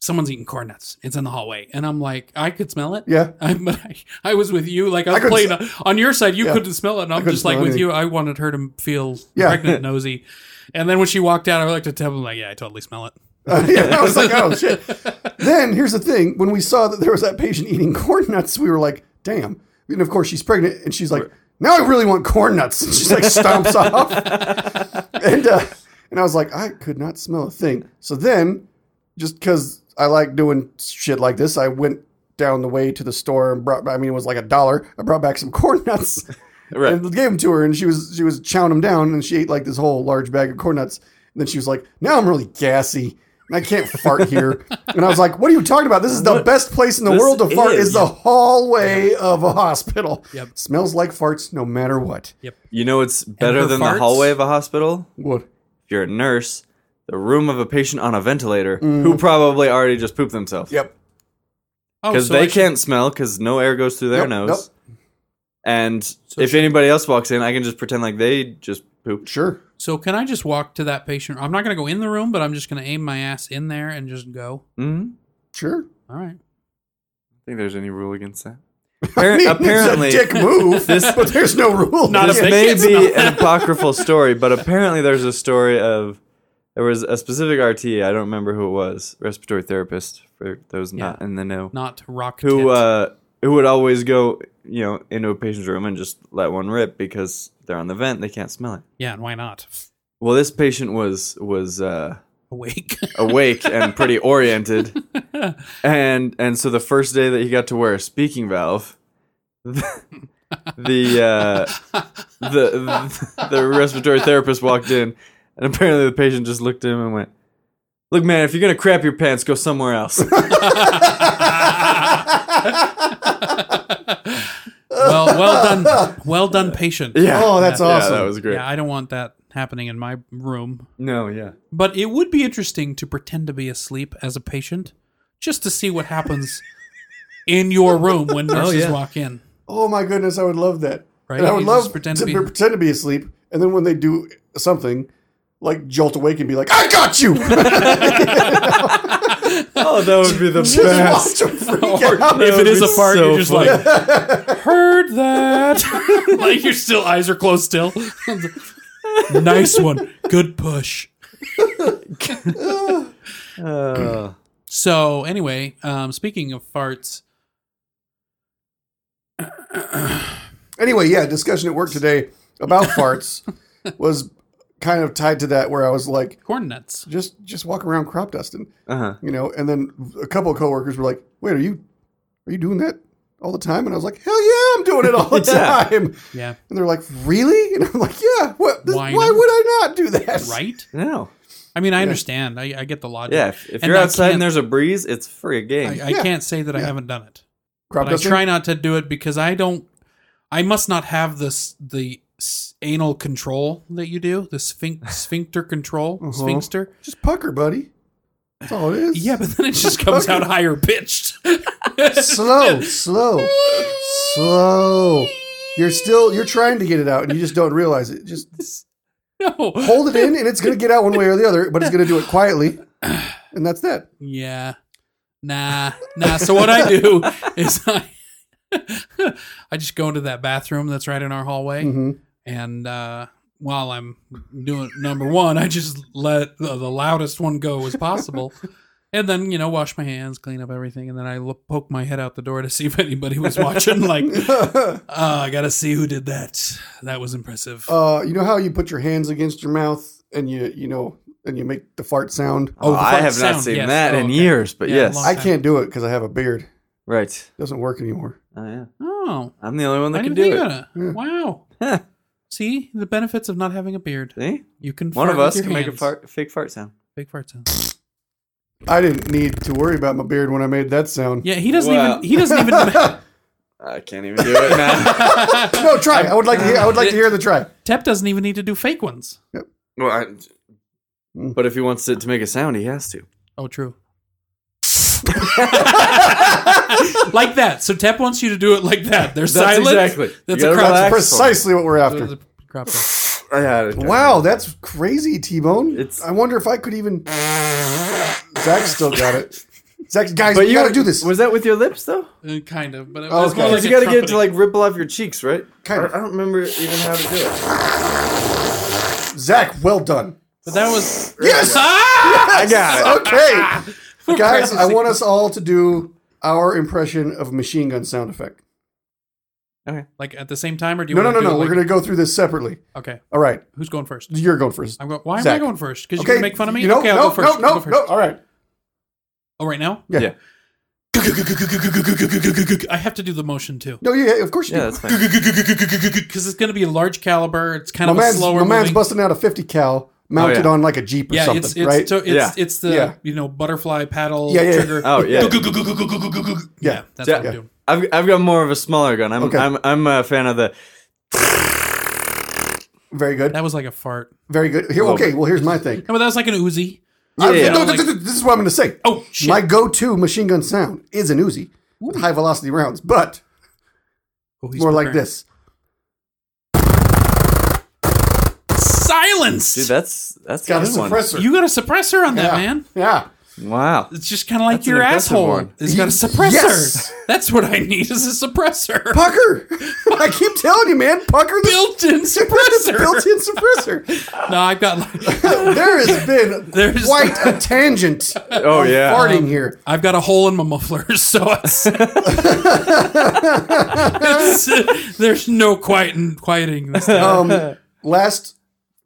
S2: "Someone's eating corn nuts. It's in the hallway." And I'm like, I could smell it.
S3: Yeah.
S2: I, but I, I was with you. Like I was
S3: couldn't
S2: playing on your side. You
S3: Yeah.
S2: couldn't smell it, and I'm
S3: couldn't
S2: just like
S3: smell
S2: with
S3: anything.
S2: you. I wanted her to feel
S3: Yeah.
S2: pregnant, nosy. And then when she walked out, I looked at Tim. I'm like, "Yeah, I totally smell it."
S3: yeah, I was like, oh shit. Then here's the thing: when we saw that there was that patient eating corn nuts, we were like, damn. And of course, she's pregnant, and she's like, now I really want corn nuts. And she's like, stomps off. And uh, and I was like, I could not smell a thing. So then, just because I like doing shit like this, I went down the way to the store and brought. I mean, it was like a dollar. I brought back some corn nuts.
S4: Right.
S3: And gave them to her, and she was she was chowing them down, and she ate like this whole large bag of corn nuts. And then she was like, "Now I'm really gassy, and I can't fart here." And I was like, "What are you talking about? This is the best place in the
S4: This
S3: world to fart. Is
S4: is-
S3: the hallway of a hospital?
S2: Yep.
S3: Smells like farts, no matter what.
S4: You know what's better
S2: her
S4: than
S2: farts?
S4: the hallway of a hospital?
S3: What?
S4: If you're a nurse, the room of a patient on a ventilator
S3: Mm.
S4: who probably already just pooped themselves.
S3: Yep.
S2: Oh,
S4: Because
S2: so
S4: they
S2: like she-
S4: can't smell because no air goes through their
S3: Yep,
S4: nose. And if anybody else walks in, I can just pretend like they just pooped.
S3: Sure.
S2: So can I just walk to that patient? I'm not going to go in the room, but I'm just going to aim my ass in there and just go.
S4: Mm-hmm.
S3: Sure.
S2: All right.
S4: I think there's any rule against that.
S3: I
S4: Appar-
S3: mean,
S4: apparently,
S3: it's a dick move, but there's no rule.
S2: Not a
S4: this
S2: big-
S4: may
S2: it's
S4: be
S2: not.
S4: an apocryphal story, but apparently there's a story of there was a specific RT. I don't remember who it was, respiratory therapist for those not in the know,
S2: Not rock.
S4: who
S2: tit.
S4: uh, who would always go, you know, into a patient's room and just let one rip because they're on the vent, they can't smell it.
S2: yeah, and why not?
S4: Well, this patient was was uh,
S2: Awake.
S4: awake and pretty oriented, and and so the first day that he got to wear a speaking valve, the uh, the the respiratory therapist walked in, and apparently the patient just looked at him and went, "Look, man, if you're gonna crap your pants, go somewhere else."
S2: well, well done. Well done, patient.
S4: yeah.
S3: Oh, that's awesome.
S4: Yeah, that was great.
S2: Yeah, I don't want that happening in my room.
S4: no, yeah.
S2: But it would be interesting to pretend to be asleep as a patient just to see what happens in your room when nurses
S4: yeah.
S2: walk in.
S3: Oh my goodness, I would love that.
S2: Right?
S3: And I
S2: You
S3: would
S2: just
S3: love
S2: pretend to
S3: to, be-
S2: be-
S3: pretend to be asleep, and then when they do something, like jolt awake and be like, "I got you!"
S4: Oh, that would be the best.
S3: Just watch them freak out.
S4: That
S2: if it
S4: would
S2: is
S4: be
S2: a fart,
S4: so
S2: you're just
S4: funny.
S2: like, heard that. like your still eyes are closed still. nice one. Good push.
S4: Uh,
S2: So anyway, um, speaking of farts,
S3: Anyway, yeah, discussion at work today about farts was kind of tied to that, where I was like,
S2: corn nuts.
S3: "Just just walk around crop dusting,"
S4: uh-huh.
S3: you know. And then a couple of coworkers were like, "Wait, are you are you doing that all the time?" And I was like, "Hell yeah, I'm doing it all the
S4: Yeah.
S3: time."
S2: Yeah.
S3: And they're like, "Really?" And I'm like, "Yeah. What? this-
S2: Why
S3: why
S2: not?"
S3: would I not do that?"
S2: Right?
S4: No.
S2: I mean, I understand. I, I get the logic.
S4: Yeah. If, if
S2: And
S4: you're
S2: I
S4: outside
S2: can't-
S4: and there's a breeze, it's free game.
S2: I, I
S3: Yeah.
S2: can't say that I
S3: Yeah.
S2: haven't done it.
S3: Crop
S2: but I
S3: dusting.
S2: try not to do it because I don't. I must not have this the s- anal control that you do, the sphinx, sphincter control, sphincter.
S3: Just pucker, buddy. That's all it is.
S2: Yeah, but then it just comes out higher pitched.
S3: slow, slow, slow. You're still you're trying to get it out, and you just don't realize it. Just
S2: no.
S3: hold it in, and it's gonna get out one way or the other, but it's gonna do it quietly, and that's that.
S2: Yeah. Nah, nah. So what I do is I, I just go into that bathroom that's right in our hallway,
S3: Mhm.
S2: and uh, while I'm doing number one, I just let the, the loudest one go as possible, and then you know wash my hands, clean up everything, and then I look, poke my head out the door to see if anybody was watching. like, oh, I gotta see who did that. That was impressive.
S3: Uh, you know how you put your hands against your mouth, and you you know, and you make the fart sound.
S4: Oh,
S2: the
S4: I
S2: fart
S4: have not
S2: sound,
S4: seen
S2: yes.
S4: that
S2: Oh,
S4: in
S2: okay.
S4: years, but
S2: Yeah,
S4: yes.
S2: long-
S3: I can't do it because I have a beard.
S4: right.
S3: doesn't work anymore.
S4: Oh, yeah.
S2: oh,
S4: I'm the only one that
S2: I
S4: can
S2: didn't
S4: do
S2: think
S4: it.
S2: about it. Wow. See the benefits of not having a beard.
S4: See?
S2: You can.
S4: One
S2: fart
S4: of
S2: with
S4: us
S2: your
S4: can make a
S2: hands.
S4: fart, fake fart sound.
S2: Big fart sound.
S3: I didn't need to worry about my beard when I made that sound.
S2: Yeah, he doesn't
S4: Wow.
S2: even. He doesn't even. Tep
S4: I can't even do it now.
S3: No, try. I would like to hear. I would like to hear the try.
S2: doesn't even need to do fake ones.
S4: well, I, but if he wants it to make a sound, he has to.
S2: Oh, true. like that. So Tep wants you to do it like that. They're
S4: That's
S2: silent.
S4: exactly.
S2: That's
S4: You
S2: a crop.
S4: gotta relax.
S3: Precisely what we're after.
S2: That's a crop dust.
S4: I had it.
S3: Wow, that's crazy, T Bone.
S4: It's-
S3: I wonder if I could even. Zach's still got it. Zach, guys,
S4: But
S3: you, gotta do this.
S4: Was that with your lips, though?
S2: Uh, kind of, but it
S3: Oh,
S2: was
S3: okay.
S2: more like
S4: you gotta
S2: a
S4: get it to,
S2: trumpeting.
S4: like, ripple off your cheeks, right?
S3: Kind of.
S4: I, I don't remember even how to do it.
S3: Zach, well done.
S2: But that was.
S3: Yes.
S2: Ah!
S4: I got
S3: Okay, guys, I want us all to do our impression of machine gun sound effect.
S4: Okay.
S2: Like at the same time, or do you?
S3: No, no,
S2: want
S3: no,
S2: to do
S3: no.
S2: it
S3: We're
S2: like-
S3: gonna go through this separately.
S2: Okay,
S3: All right,
S2: who's going first?
S3: you're going first.
S2: I'm going. Why am I
S3: Zach.
S2: going first? Because
S3: Okay,
S2: you're gonna make fun of me.
S3: You know,
S2: okay,
S3: no,
S2: I'll go first.
S3: no,
S2: I'll
S3: no,
S2: go first.
S3: no. All right.
S2: Oh, right now.
S3: Yeah.
S4: Yeah.
S2: I have to do the motion too.
S3: No, yeah, of course you
S4: Yeah,
S3: do.
S4: that's fine.
S2: because it's going to be a large caliber. It's kind
S3: My
S2: of a
S3: man's,
S2: slower
S3: my man's
S2: moving-
S3: busting out a 50 cal mounted
S4: Oh, yeah.
S3: on like a jeep or
S2: yeah,
S3: something,
S2: it's it's
S3: right?
S2: so it's
S4: Yeah.
S2: it's the
S3: Yeah.
S2: you know butterfly paddle
S3: Yeah, yeah, yeah.
S2: trigger.
S4: Oh, yeah.
S2: yeah.
S3: Yeah.
S2: that's
S4: Yeah.
S2: what I'm doing.
S4: I've, I've got more of a smaller gun. I'm,
S3: Okay.
S4: I'm, I'm a fan of the.
S3: Very good.
S2: That was like a fart.
S3: Very good. Here, okay. Well, here's my thing.
S2: No, but that was like an Uzi.
S3: I-
S4: Yeah.
S3: no,
S2: Like-
S3: th- th- this is what I'm going to say.
S2: Oh shit!
S3: My go-to machine gun sound is an Uzi with high velocity rounds, but
S2: Oh, he's
S3: more like
S2: preparing.
S3: this.
S2: silenced.
S4: Dude, that's that's
S3: Got a
S4: a good one.
S3: suppressor.
S2: you got a suppressor on that,
S3: yeah.
S2: man.
S3: Yeah.
S4: Wow.
S2: It's just kind of like
S4: That's an
S2: your
S4: impressive
S2: asshole.
S4: one.
S2: It's got a
S3: Ye-
S2: suppressor.
S3: yes.
S2: That's what I need is a suppressor.
S3: Pucker. I keep telling you, man. Pucker the
S2: Built-in suppressor.
S3: built-in suppressor.
S2: No, I've got like,
S3: there has been
S2: There's-
S3: quite a tangent
S4: Oh yeah.
S3: farting here.
S2: I've got a hole in my muffler, so it's, it's- there's no quieting quieting this time.
S3: Um, last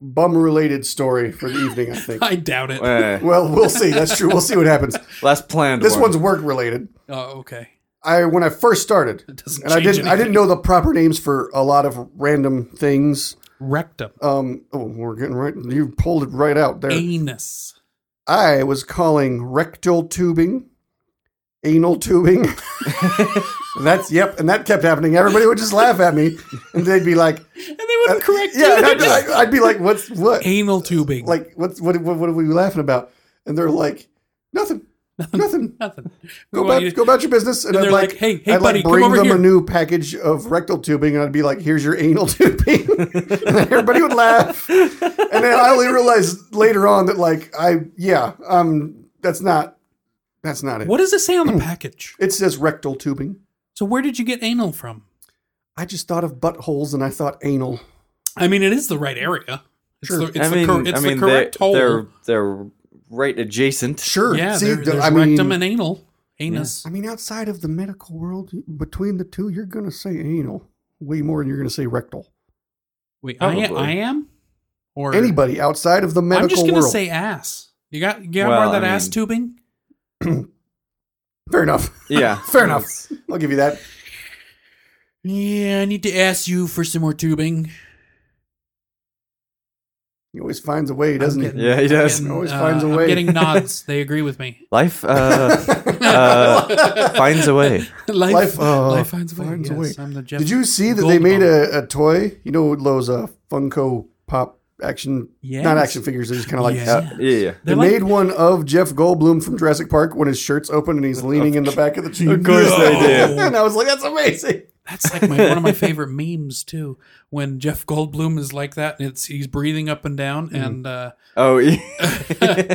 S3: bum-related story for the evening, I think.
S2: I doubt it.
S4: Eh,
S3: Well, we'll see. That's true. We'll see what happens.
S4: last planned.
S3: This
S4: one.
S3: one's work-related.
S2: Oh, okay.
S3: I when I first started,
S2: doesn't
S3: and I
S2: change
S3: didn't I didn't know the proper names for a lot of random things.
S2: Rectum,
S3: Um, oh, we're getting right. You pulled it right out there.
S2: anus,
S3: I was calling rectal tubing, anal tubing. And that's yep, and that kept happening. Everybody would just laugh at me, and they'd be like,
S2: and they wouldn't correct
S3: uh, "Yeah,"
S2: you.
S3: and I'd, be like- I'd be like, "What's what?
S2: anal tubing.
S3: Like what's what? What, what are we laughing about?" And they're like, "Nothing, nothing."
S2: nothing. We
S3: Go
S2: want
S3: about,
S2: you to-
S3: go about your business, and,
S2: And
S3: I'd
S2: they're
S3: like,
S2: like, "Hey, hey,
S3: I'd
S2: buddy,
S3: like
S2: come
S3: bring
S2: over
S3: them
S2: here."
S3: a new package of rectal tubing, and I'd be like, "Here's your anal tubing." and everybody would laugh, and then I only realized later on that, like, I yeah, um, that's not, that's not it.
S2: what does it say on the package?
S3: It says rectal tubing.
S2: So where did you get anal from?
S3: I just thought of buttholes, and I thought anal.
S2: I mean, it is the right area. It's
S3: Sure.
S2: the, it's
S4: I
S2: the
S4: mean,
S2: cor- it's
S4: I
S2: the
S4: mean,
S2: correct
S4: they're,
S2: hole.
S4: they're they're right adjacent.
S3: Sure,
S2: yeah,
S3: See,
S2: there-
S3: th-
S2: there's
S3: I mean,
S2: rectum and anal, anus.
S3: I mean, outside of the medical world, between the two, you're gonna say anal way more than you're gonna say rectal.
S2: Wait, I, am-
S4: Probably.
S2: I am, or
S3: Anybody outside of the medical
S2: I'm just gonna
S3: world,
S2: say ass. You got you got
S4: Well,
S2: more of that
S4: I
S2: ass
S4: mean-
S2: tubing.
S3: fair enough.
S4: Yeah.
S3: Fair enough. I'll give you that.
S2: Yeah, I need to ask you for some more tubing.
S3: He always finds a way, doesn't
S2: getting-
S3: he?
S4: Yeah, he does.
S2: Getting, uh,
S3: Always finds a
S2: I'm
S3: way.
S2: getting nods. They agree with me.
S4: Life uh, uh, finds a way.
S2: life,
S3: Life,
S2: life,
S3: uh,
S2: finds a way.
S3: finds a
S2: yes,
S3: way.
S2: I'm the Jeff
S3: Did you see that they
S2: Goldblum.
S3: made a, a toy? You know those uh, Funko Pop action,
S2: Yes.
S3: not action figures. They're just kind of like.
S2: Yeah.
S4: Uh, yeah, yeah.
S3: They
S2: They're like-
S3: made one of Jeff Goldblum from Jurassic Park when his shirt's open and he's leaning in the back of the tree.
S4: Of course they did.
S3: And I was like, that's amazing.
S2: That's like my, one of my favorite memes too. When Jeff Goldblum is like that, and it's he's breathing up and down, and uh,
S4: Oh, yeah.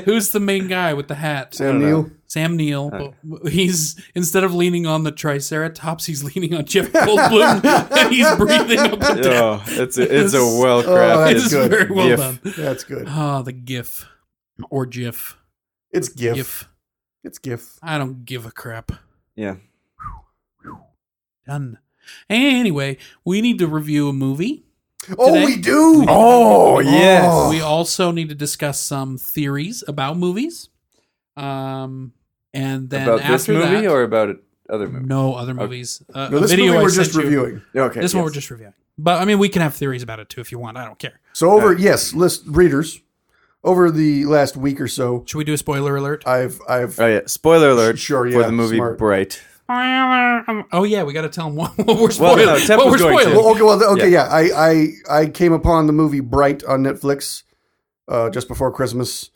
S2: who's the main guy with the hat? Uh,
S3: Sam Neill. Uh.
S2: Sam Neill. But he's instead of leaning on the Triceratops, he's leaning on Jeff Goldblum, and he's breathing up and down.
S4: oh, it's a, it's a well
S3: Oh,
S4: crafted.
S3: that's
S2: It's
S3: good.
S2: very well
S4: gif.
S2: done.
S3: That's good.
S2: Ah, the GIF or GIF.
S3: It's GIF.
S2: GIF.
S3: It's GIF.
S2: I don't give a crap.
S4: yeah.
S2: Done. Anyway, we need to review a movie.
S3: Oh,
S2: Today-
S3: we do.
S4: Oh yes.
S3: Oh.
S2: We also need to discuss some theories about movies. Um, and then
S4: about
S2: after
S4: this movie
S2: that,
S4: or about other movie?
S2: no other movies. Uh,
S3: Oh, No,
S2: a
S3: this
S2: video
S3: movie
S2: I
S3: we're just
S2: sent you-
S3: reviewing.
S4: Okay.
S2: This one
S4: yes.
S2: we're just reviewing. But I mean, we can have theories about it too if you want. I don't care.
S3: So over, yes, list readers, over the last week or so,
S2: Should we do a spoiler alert?
S3: I've I've
S4: Oh yeah. Spoiler alert.
S3: Sure,
S4: For
S3: yeah,
S4: the movie
S3: smart.
S4: Bright.
S2: Oh yeah, we got to tell them what, what we're
S4: Well,
S2: spoiling.
S4: no, Temp
S2: what
S4: was
S2: we're
S4: going to.
S2: spoiling.
S3: Well, okay, well, th- okay, yeah. I, I I came upon the movie Bright on Netflix uh, just before Christmas,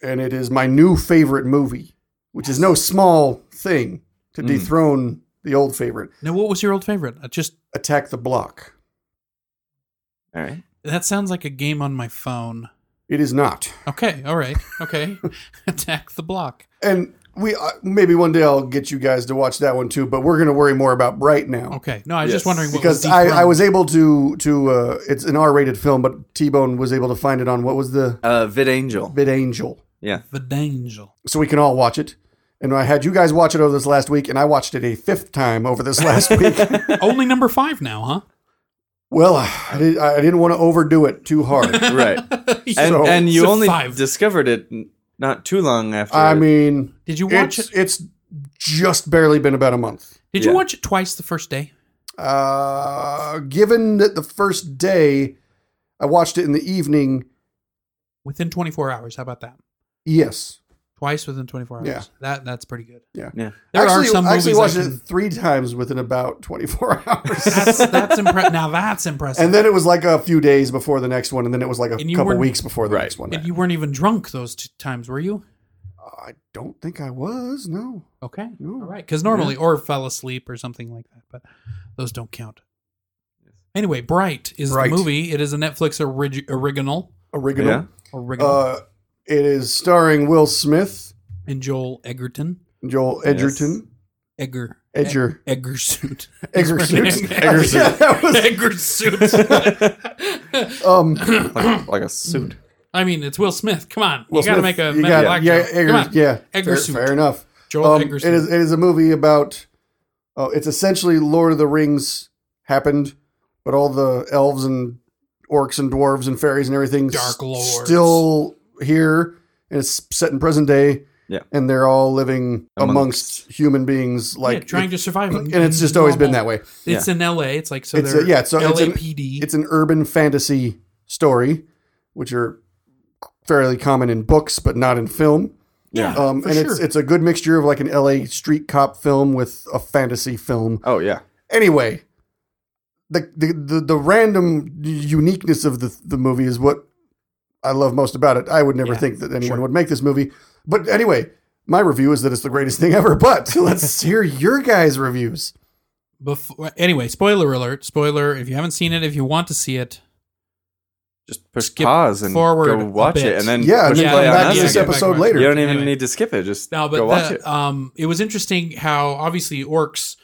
S3: and it is my new favorite movie, which is no small thing to dethrone the old favorite,
S2: Now, what was your old favorite? I just
S3: Attack the Block.
S4: All right.
S2: that sounds like a game on my phone.
S3: It is not,
S2: Okay, all right, okay. Attack the block.
S3: and we uh, maybe one day I'll get you guys to watch that one too. But we're going to worry more about Bright now.
S2: Okay. No, I was
S4: Yes.
S2: just wondering what
S3: Because
S2: was
S3: I, I
S2: dethroned.
S3: was able to to uh, it's an R rated film, but T Bone was able to find it on what was the
S4: Uh, Vid Angel.
S3: Bid Angel.
S4: Yeah.
S2: the danger.
S3: so we can all watch it. And I had you guys watch it over this last week, and I watched it a fifth time over this last week.
S2: Only number five now,
S3: Well, I, did, I didn't want to overdo it too hard.
S4: Right.
S2: huh?
S4: And
S3: So-
S4: and you
S2: So
S4: only
S2: five.
S4: discovered it n- not too long after.
S3: I mean,
S2: Did you watch
S3: it's,
S2: it?
S3: it's just barely been about a month.
S2: Did
S4: yeah.
S2: you watch it twice the first day?
S3: Uh, given that the first day I watched it in the evening,
S2: Within 24 hours. How about that?
S3: yes.
S2: Twice within 24 hours.
S3: Yeah.
S2: That that's pretty good.
S4: Yeah.
S2: There are
S3: actually,
S2: some
S3: I actually
S2: movies
S3: watched
S2: I
S3: it
S2: can-
S3: three times within about 24 hours.
S2: That's that's impre- now that's impressive.
S3: and then it was like a few days before the next one, and then it was like a
S2: And you
S3: couple
S2: weren't-
S3: weeks before the
S4: Right.
S3: next one.
S2: And you weren't even drunk those two times, were you?
S3: I don't think I was, no.
S2: Okay.
S3: No.
S2: All right. Because normally, or fell asleep or something like that, but those don't count. Anyway, Bright is
S3: Bright.
S2: the movie. It is a Netflix orig- original.
S3: Oregano.
S4: Yeah.
S2: Oregano.
S3: Uh, it is starring Will Smith,
S2: and Joel Egerton.
S3: Joel
S4: Yes.
S3: Edgerton,
S2: Egger.
S3: Edger,
S2: Eggersuit.
S3: Eggerson.
S2: Eggerson.
S3: Yeah, that was-
S2: Eggersuit.
S3: um,
S4: like, like a suit.
S2: I mean, it's Will Smith. Come on.
S3: Will
S2: you got to
S3: Smith,
S2: make a
S3: you
S2: Men in
S3: got-
S2: Black
S3: yeah,
S2: joke.
S3: Egger-
S2: Come on.
S3: yeah, fair,
S2: Eggersuit.
S3: fair enough.
S2: Joel
S3: Um, it
S2: Eggersuit.
S3: is it is a movie about oh, it's essentially Lord of the Rings happened, but all the elves and orcs and dwarves and fairies and everything
S2: Dark lords.
S3: still here and it's set in present day.
S4: Yeah.
S3: And they're all living amongst,
S4: Amongst.
S3: human beings like
S2: yeah, trying to survive.
S3: and it's just always been that way.
S2: It's in L.A. It's like so.
S3: It's a-
S2: they're
S3: yeah, so it's an-
S2: LAPD.
S3: It's an urban fantasy story, which are fairly common in books but not in film.
S2: yeah,
S3: Um,
S2: for
S3: and it's
S2: sure.
S3: it's a good mixture of like an LA street cop film with a fantasy film.
S4: Oh yeah.
S3: Anyway, the the the, the random uniqueness of the the movie is what I love most about it. I would never
S2: Yeah,
S3: think that anyone
S2: sure.
S3: would make this movie, but anyway, my review is that it's the greatest thing ever. But let's hear your guys' reviews.
S2: Before, anyway, spoiler alert. Spoiler. If you haven't seen it, if you want to see it,
S4: Just push
S2: Skip
S4: pause and
S2: forward
S4: go
S2: a
S4: watch
S2: bit.
S4: it, and then
S3: Yeah, and
S4: push
S3: then
S2: yeah,
S3: come
S4: play on
S3: back
S4: that
S3: to this
S2: yeah,
S4: again.
S2: back
S3: episode
S2: right.
S3: later.
S4: You don't even
S2: Anyway.
S4: need to skip it. Just
S2: No, but
S4: go watch
S2: the-
S4: it.
S2: um, it was interesting how obviously orcs,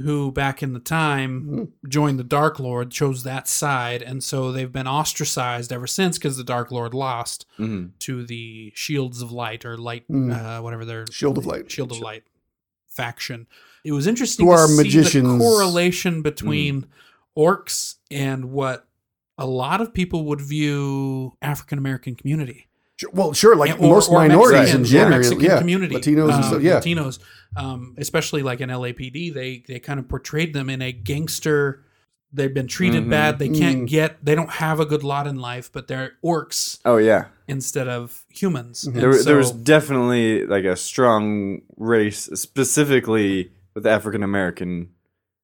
S2: who back in the time joined the Dark Lord, chose that side, and so they've been ostracized ever since because the Dark Lord lost
S4: Mhm.
S2: to the Shields of Light or Light, uh, whatever their
S3: Shield of Light.
S2: Shield of Light faction. It was interesting
S3: Who
S2: to
S3: are
S2: see the
S3: magicians.
S2: correlation between orcs and what a lot of people would view African American community
S3: Sure- Well, sure, like
S2: or-
S3: most
S2: or
S3: minorities
S2: Mexican,
S3: in
S2: or
S3: general,
S2: Mexican
S3: yeah,
S2: community,
S3: Latinos
S2: um,
S3: and stuff, yeah.
S2: Latinos, um, especially like in LAPD, they they kind of portrayed them in a gangster. They've been treated
S4: Mhm.
S2: bad. They can't
S3: Mm.
S2: get. They don't have a good lot in life, but they're orcs
S4: Oh yeah.
S2: instead of humans.
S3: Mm-hmm.
S2: And
S4: There, there was
S2: so-
S4: definitely like a strong race, specifically with African American,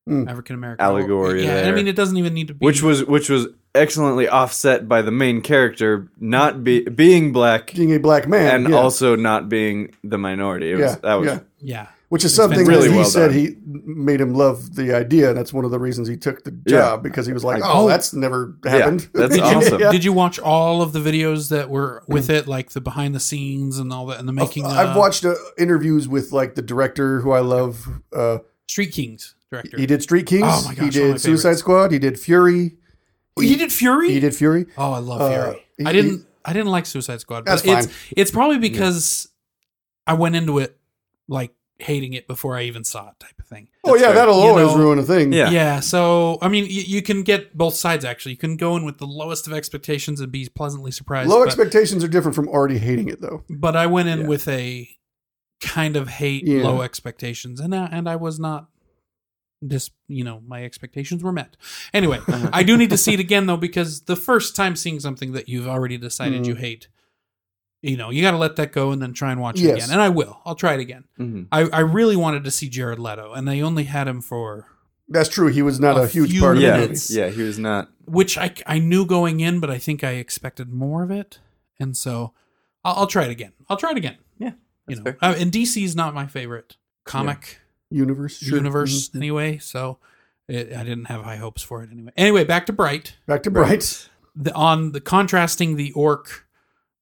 S2: African American
S4: Allegory
S2: Yeah, and I
S4: there.
S2: mean it doesn't even need to be.
S4: which was which was excellently offset by the main character not be, being black
S3: Being a black man,
S4: and
S3: yeah.
S4: also not being the minority. It was,
S3: yeah,
S4: that was
S3: yeah.
S2: yeah,
S3: which is something
S2: been
S3: that
S2: really
S3: he
S4: well
S3: said
S4: done.
S3: he made him love the idea, and that's one of the reasons he took the job
S4: Yeah.
S3: because he was like,
S4: I-
S3: "Oh,
S4: Oh.
S3: that's never happened."
S4: that's
S3: Yeah.
S4: awesome.
S3: Yeah.
S2: Did you watch all of the videos that were with it, like the behind the scenes and all that, and the making?
S3: Mm. I've
S2: of
S3: watched uh, interviews with like the director who I love. Uh,
S2: Street Kings director.
S3: he did Street Kings.
S2: Oh my gosh, one
S3: he
S2: of my
S3: did Suicide
S2: favorites.
S3: Squad. He did Fury.
S2: Oh, you did Fury.
S3: He did Fury.
S2: Oh, I love
S3: Uh,
S2: Fury.
S3: he-
S2: I didn't. I didn't like Suicide Squad. But
S3: That's fine.
S2: It's it's probably because I went into it like hating it before I even saw it, type of thing.
S3: oh yeah,
S4: fair.
S3: that'll
S2: You
S3: always
S2: know-
S3: ruin a thing.
S4: Yeah.
S2: Yeah. so I mean, you, you can get both sides. Actually, you can go in with the lowest of expectations and be pleasantly surprised.
S3: Low
S2: but,
S3: expectations are different from already hating it, though.
S2: but I went in
S4: Yeah.
S2: with a kind of hate
S3: Yeah.
S2: low expectations, and I, and I was not. This, you know, my expectations were met. Anyway, I do need to see it again though because the first time seeing something that you've already decided
S3: Mhm.
S2: you hate, you know, you got to let that go and then try and watch it
S3: Yes.
S2: again. And I will. I'll try it again.
S4: Mhm.
S2: I, I really wanted to see Jared Leto, and they only had him for
S3: That's true. He was not
S2: A
S3: a, huge
S2: few
S3: part of the
S4: yeah,
S3: movie.
S2: minutes.
S4: yeah. He was not.
S2: which I I knew going in, but I think I expected more of it, and so I'll, I'll try it again. I'll try it again.
S4: Yeah,
S2: you
S4: that's
S2: know, uh, and DC's not my favorite comic.
S3: Universe, sure.
S2: universe
S4: Mm-hmm.
S2: anyway. So it, I didn't have high hopes for it anyway. Anyway, back to Bright.
S3: Mhm. Back to Bright.
S2: The, on the contrasting the orc,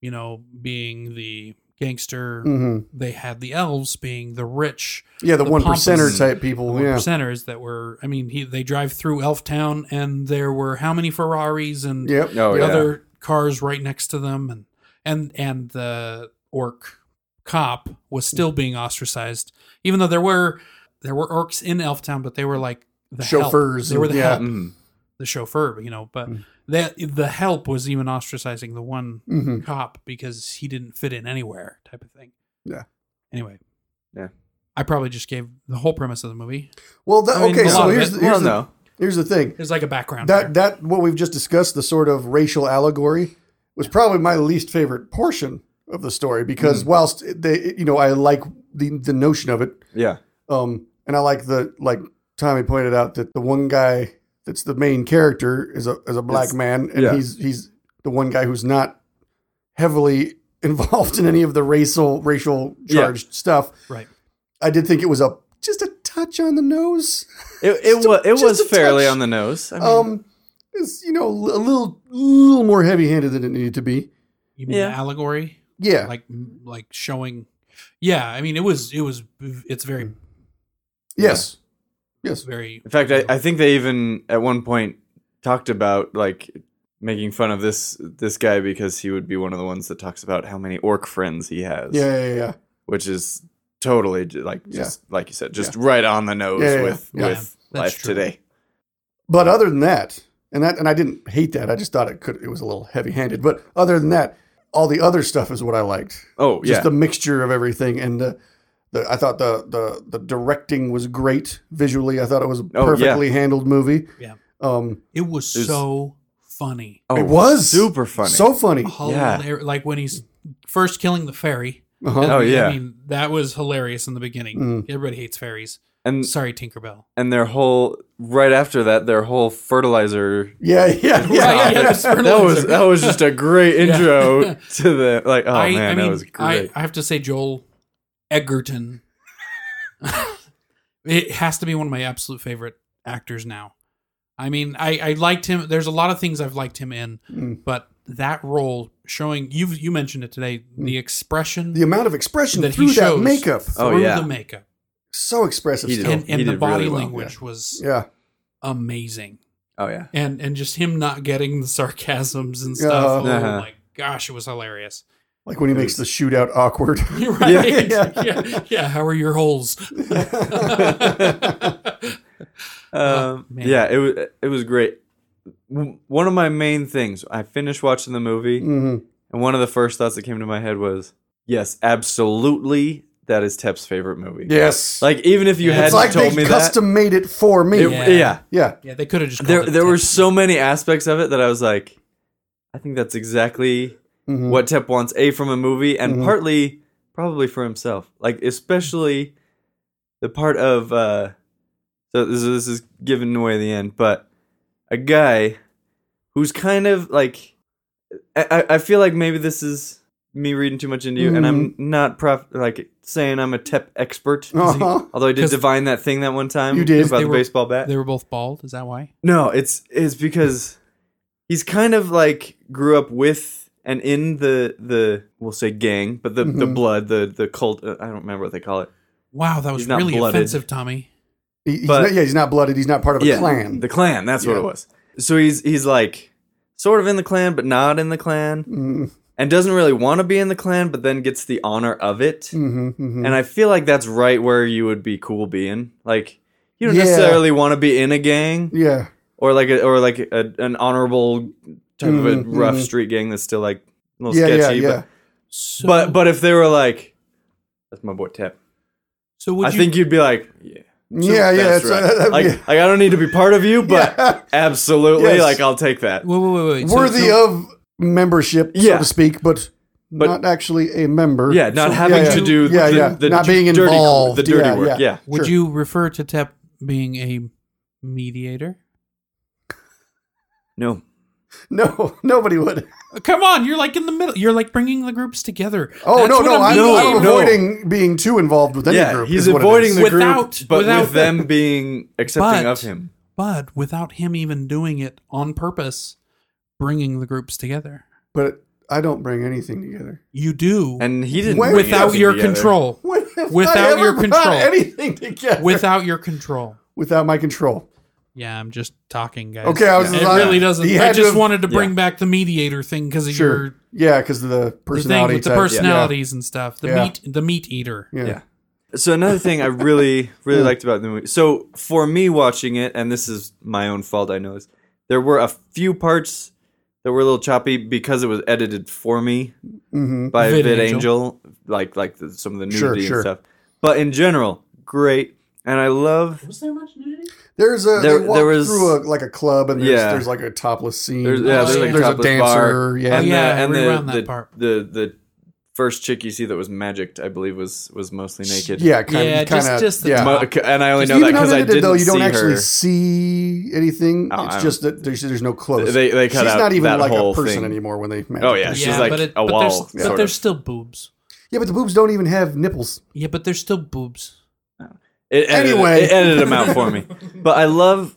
S2: you know, being the gangster,
S3: hmm
S2: they had the elves being the rich
S3: Yeah, the,
S2: The
S3: one percenter
S2: pompous-
S3: type people.
S2: one
S3: Oh, Yeah,
S2: percenters that were. I mean, he, they drive through Elf Town, and there were how many Ferraris and
S3: yep.
S4: Oh yeah.
S2: other cars right next to them, and and and the orc cop was still being ostracized, even though there were there were orcs in Elf Town, but they were like the help.
S3: Chauffeurs
S2: They were the
S3: and- yeah. mm.
S2: help.
S4: Mhm.
S2: the chauffeur, you know, but that the help was even ostracizing the one
S3: hmm
S2: cop because he didn't fit in anywhere, type of thing.
S3: Yeah.
S2: Anyway.
S4: Yeah.
S2: I probably just gave the whole premise of the movie.
S3: Well, that,
S2: I mean,
S3: okay.
S2: a lot
S3: So
S2: of
S3: here's
S2: it-
S3: the,
S4: Well,
S3: here's,
S4: no.
S3: the, here's the thing.
S2: There's like a background.
S3: That that what we've just discussed, the sort of racial allegory, was probably my least favorite portion of the story because whilst they, you know, I like the the notion of it,
S4: Yeah.
S3: um, and I like the like Tommy pointed out that the one guy that's the main character is a is a black
S4: It's-
S3: man, and
S4: yeah.
S3: he's he's the one guy who's not heavily involved in any of the racial racial
S4: Yeah.
S3: charged stuff.
S2: Right.
S3: I did think it was a just a touch on the nose.
S4: It it was it
S3: just
S4: was
S3: a
S4: fairly
S3: touch.
S4: on the nose. I mean,
S3: Um, is you know a little little more heavy handed than it needed to be.
S2: You mean
S4: Yeah.
S2: allegory?
S3: Yeah,
S2: Like like showing Yeah, I mean it was it was it's
S3: Mm.
S2: very
S3: yes, yes.
S2: very
S4: In fact, I, I think they even at one point talked about like making fun of this this guy because he would be one of the ones that talks about how many orc friends he has.
S3: Yeah, yeah, yeah.
S4: which is totally j- like
S3: Yeah.
S4: just like you said, just right on the nose
S3: Yeah, yeah,
S4: with
S3: yeah.
S4: with
S2: Yeah, that's
S4: life
S2: true.
S4: today.
S3: But other than that, and that, and I didn't hate that. I just thought it could. It was a little heavy handed. But other than that, all the other stuff is what I liked.
S4: Oh yeah,
S3: Just the mixture of everything, and the, the I thought the the the directing was great visually. I thought it was a
S4: Oh, yeah.
S3: perfectly handled movie.
S2: Yeah.
S3: Um.
S2: it was
S4: There's-
S2: so funny.
S4: oh,
S3: it was
S4: super funny.
S3: So funny.
S4: Yeah.
S2: Hilar- like when he's first killing the fairy.
S3: Uh-huh.
S4: Oh, yeah.
S2: I mean, that was hilarious in the beginning.
S3: Mm.
S2: Everybody hates fairies.
S4: and
S2: Sorry, Tinkerbell.
S4: and their whole right after that, their whole fertilizer.
S3: Yeah. Yeah. Yeah.
S2: Right, yeah, it's
S4: that was
S2: fertilizer.
S4: that was just a great intro to the like. Oh
S2: I,
S4: man,
S2: I mean,
S4: that was great.
S2: I, I have to say, Joel Egerton. it has to be one of my absolute favorite actors now. I mean, I, I liked him. There's a lot of things I've liked him in,
S4: Hmm.
S3: Mm.
S2: but that role showing you you mentioned it today,
S4: Hmm.
S2: the expression
S3: The amount of expression
S2: that
S3: through
S2: he
S3: that
S2: shows
S3: makeup,
S2: through
S4: Oh, yeah.
S2: the makeup,
S3: so expressive.
S4: He did.
S3: still.
S2: and, and
S4: He
S2: the
S4: did
S2: body
S4: really well,
S2: language was
S3: Yeah.
S2: amazing,
S4: oh yeah,
S2: and and just him not getting the sarcasms and stuff.
S4: Yeah.
S2: Oh
S4: Uh-huh.
S2: my gosh, it was hilarious.
S3: Like when he makes the shootout awkward.
S2: You're right.
S3: Yeah.
S2: Yeah. yeah, How are your holes?
S4: um,
S2: man.
S4: yeah. It was it was great. W- One of my main things. I finished watching the movie,
S3: hmm
S4: and one of the first thoughts that came to my head was, "Yes, absolutely, that is Tep's favorite movie."
S3: Yes.
S4: Like even if you
S2: Yeah.
S4: hadn't
S3: it's like
S4: told
S3: they
S4: me
S3: custom made it for
S4: that,
S3: me.
S4: it-
S2: Yeah.
S4: yeah.
S3: yeah.
S2: yeah, they could have just. called
S4: There
S2: it
S4: there were
S2: Tep.
S4: so many aspects of it that I was like, I think that's exactly
S3: Mhm.
S4: what Tep wants a from a movie, and
S3: Mhm.
S4: partly probably for himself. Like especially the part of uh, so this, this is giving away the end, but a guy who's kind of like I, I I feel like maybe this is me reading too much into you, and I'm
S3: Mm-hmm.
S4: not prof- like saying I'm a Tep expert.
S3: Uh-huh.
S4: Although I did
S2: 'Cause-
S4: divine that thing that one time
S3: You did.
S4: about
S2: They
S4: the
S2: were-
S4: baseball bat.
S2: They were both bald. Is that why?
S4: No, it's it's because he's kind of like grew up with and in the the we'll say gang, but the the
S3: Mhm.
S4: blood, the the cult. uh, I don't remember what they call it.
S2: Wow, that was
S4: He's not
S2: really
S4: blooded.
S2: offensive, Tommy.
S3: He- he's
S4: But-
S3: not, yeah, he's not blooded. He's not part of a clan.
S4: the clan. That's what
S3: Yeah.
S4: it was. So he's he's like sort of in the clan, but not in the clan,
S3: mm-hmm,
S4: and doesn't really want to be in the clan, but then gets the honor of it.
S3: mm-hmm.
S4: And I feel like that's right where you would be cool being. Like you don't
S3: Yeah.
S4: necessarily want to be in a gang,
S3: yeah.
S4: or like a, or like a, an honorable type of a
S3: Mhm,
S4: rough
S3: mhm.
S4: street gang that's still like a little
S3: Yeah, yeah,
S4: sketchy.
S3: yeah.
S2: So,
S4: But, but but if they were like, that's my boy Tep.
S2: so would
S4: I
S2: you,
S4: think you'd be like, yeah,
S3: yeah, yeah.
S4: that's
S3: it's-
S4: right.
S3: that'd
S4: like,
S3: be-
S4: like I don't need to be part of you, but
S3: Yeah.
S4: absolutely,
S3: Yes.
S4: like I'll take that.
S2: Wait, wait, wait, wait. So-
S3: worthy
S2: so
S3: of membership, so
S4: Yeah.
S3: to speak, but,
S4: But-
S3: not actually a member.
S4: Yeah, not
S3: So-
S4: having
S3: yeah,
S4: to
S3: yeah.
S4: do
S3: yeah,
S4: the,
S3: yeah.
S4: the
S3: not being
S4: dirty,
S3: involved.
S4: the dirty
S3: yeah,
S4: work. Yeah,
S2: Would
S3: sure.
S2: you refer to Tep being a mediator?
S4: no,
S3: No, nobody would.
S2: Uh, Come on, you're like in the middle. You're like bringing the groups together.
S3: Oh
S2: That's
S3: no,
S2: what
S3: no,
S2: mean.
S3: I'm,
S4: No,
S3: I'm
S4: no.
S3: avoiding being too involved with any
S4: yeah,
S3: group.
S4: he's
S3: is what it
S4: avoiding
S3: is.
S4: the
S2: Without-
S4: group, but
S2: without-
S4: with them being accepting
S2: But-
S4: of him.
S2: But without him even doing it on purpose, bringing the groups together.
S3: but I don't bring anything together.
S2: You do
S4: And he didn't
S3: Without
S4: bring
S2: without
S4: anything
S2: your
S4: together.
S2: control.
S3: When have
S2: Without
S3: I ever
S2: your
S3: brought
S2: control.
S3: anything together.
S2: Without your control.
S3: without my control.
S2: Yeah, I'm just talking, guys.
S3: Okay, I was
S2: It
S3: just like-
S2: really doesn't.
S3: He
S2: I
S3: had to
S2: just
S3: have-
S2: wanted to bring back the mediator thing because of
S3: Sure.
S2: your
S3: Yeah, because the
S2: the thing
S3: personality
S2: with the
S3: type.
S2: personalities and stuff. The
S3: Yeah.
S2: meat, the meat eater.
S3: Yeah.
S4: Yeah. So another thing I really, really liked about the movie. So for me watching it, and this is my own fault, I know this. There were a few parts that were a little choppy because it was edited for me
S3: Mm-hmm.
S4: by
S2: VidAngel.
S4: VidAngel, like like the, some of the nudity
S3: Sure,
S4: and
S3: sure.
S4: stuff. But in general, great. And I love
S2: Was there much nudity?
S3: There's a
S4: There-
S3: they walk
S4: there was-
S3: through a, like a club and there's,
S4: Yeah.
S3: there's like a topless scene.
S4: there's,
S2: Oh,
S4: yeah, there's, like
S2: yeah.
S4: a
S3: There's
S4: topless
S3: dancer.
S4: bar.
S3: Yeah,
S2: Oh,
S4: and
S2: yeah. I
S4: the, and
S2: rewound
S4: the,
S2: that
S4: the,
S2: part.
S4: the the first chick you see that was magicked, I believe, was was mostly naked.
S3: yeah, kind
S2: Yeah,
S3: of, kind
S2: just-
S3: of,
S2: just the
S3: yeah.
S4: Mo- and I only know that
S3: Even
S4: because I
S3: unedited
S4: didn't
S3: though, you don't
S4: see
S3: actually
S4: her.
S3: see anything.
S4: Oh, I
S3: it's
S4: don't-
S3: just that there's, there's no clothes.
S4: They they cut
S3: She's
S4: out
S3: not even
S4: that
S3: like
S4: whole
S3: a person
S4: thing.
S3: anymore when they.
S4: Oh, yeah,
S2: Yeah,
S4: It's she's just like
S2: but, it,
S4: a
S2: but
S4: wall,
S2: there's,
S4: sort
S2: but
S4: of.
S2: there's still boobs.
S3: yeah, but the boobs don't even have nipples.
S2: Yeah, but there's still boobs.
S4: It edited,
S3: Anyway.
S4: it edited them out for me. But I love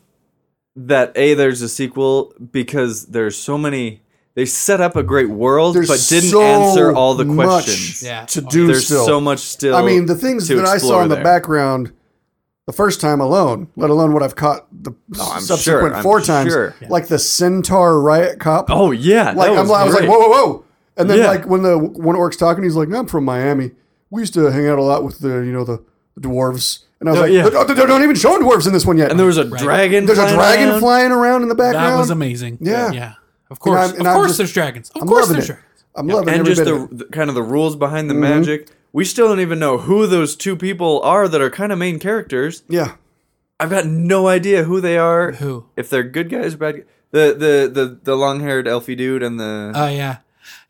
S4: that a there's a sequel because there's so many. They set up a great world,
S3: There's
S4: but didn't
S3: so
S4: answer all the
S3: much
S4: questions.
S2: Yeah.
S3: to do
S4: There's
S3: still.
S4: so much still.
S3: I mean, the things
S4: to
S3: that I saw
S4: explore
S3: in the
S4: there.
S3: background the first time alone, let alone what I've caught the
S4: Oh, I'm
S3: subsequent
S4: sure, I'm
S3: four times,
S4: sure.
S3: like the Centaur riot cop.
S4: Oh yeah,
S3: like
S4: that
S3: I'm,
S4: was
S3: I was like,
S4: great.
S3: whoa, whoa, whoa! And then
S4: Yeah.
S3: like when the one orc's talking, he's like, "I'm from Miami. We used to hang out a lot with the you know the dwarves." And I was
S4: No,
S3: like,
S4: yeah.
S3: "They're- "They're not even showing dwarves in this one yet."
S4: And there was a dragon.
S3: there's a
S4: flying
S3: dragon
S4: around.
S3: flying around in the background.
S2: That was amazing.
S3: Yeah.
S2: Yeah. Of
S3: And
S2: course.
S3: I'm- and
S2: of
S3: I'm
S2: course
S3: just-
S2: there's dragons. Of
S3: I'm
S2: course
S3: loving
S2: there's
S3: it.
S2: dragons.
S3: I'm loving
S4: and
S3: every Mm-hmm.
S4: just
S3: bit of
S4: the,
S3: it.
S4: the kind of the rules behind the magic. We still don't even know who those two people are that are kind of main characters.
S3: Yeah,
S4: I've got no idea who they are.
S2: Who?
S4: If they're good guys or bad guys. The the the, the long haired elfy dude and the
S2: Oh yeah.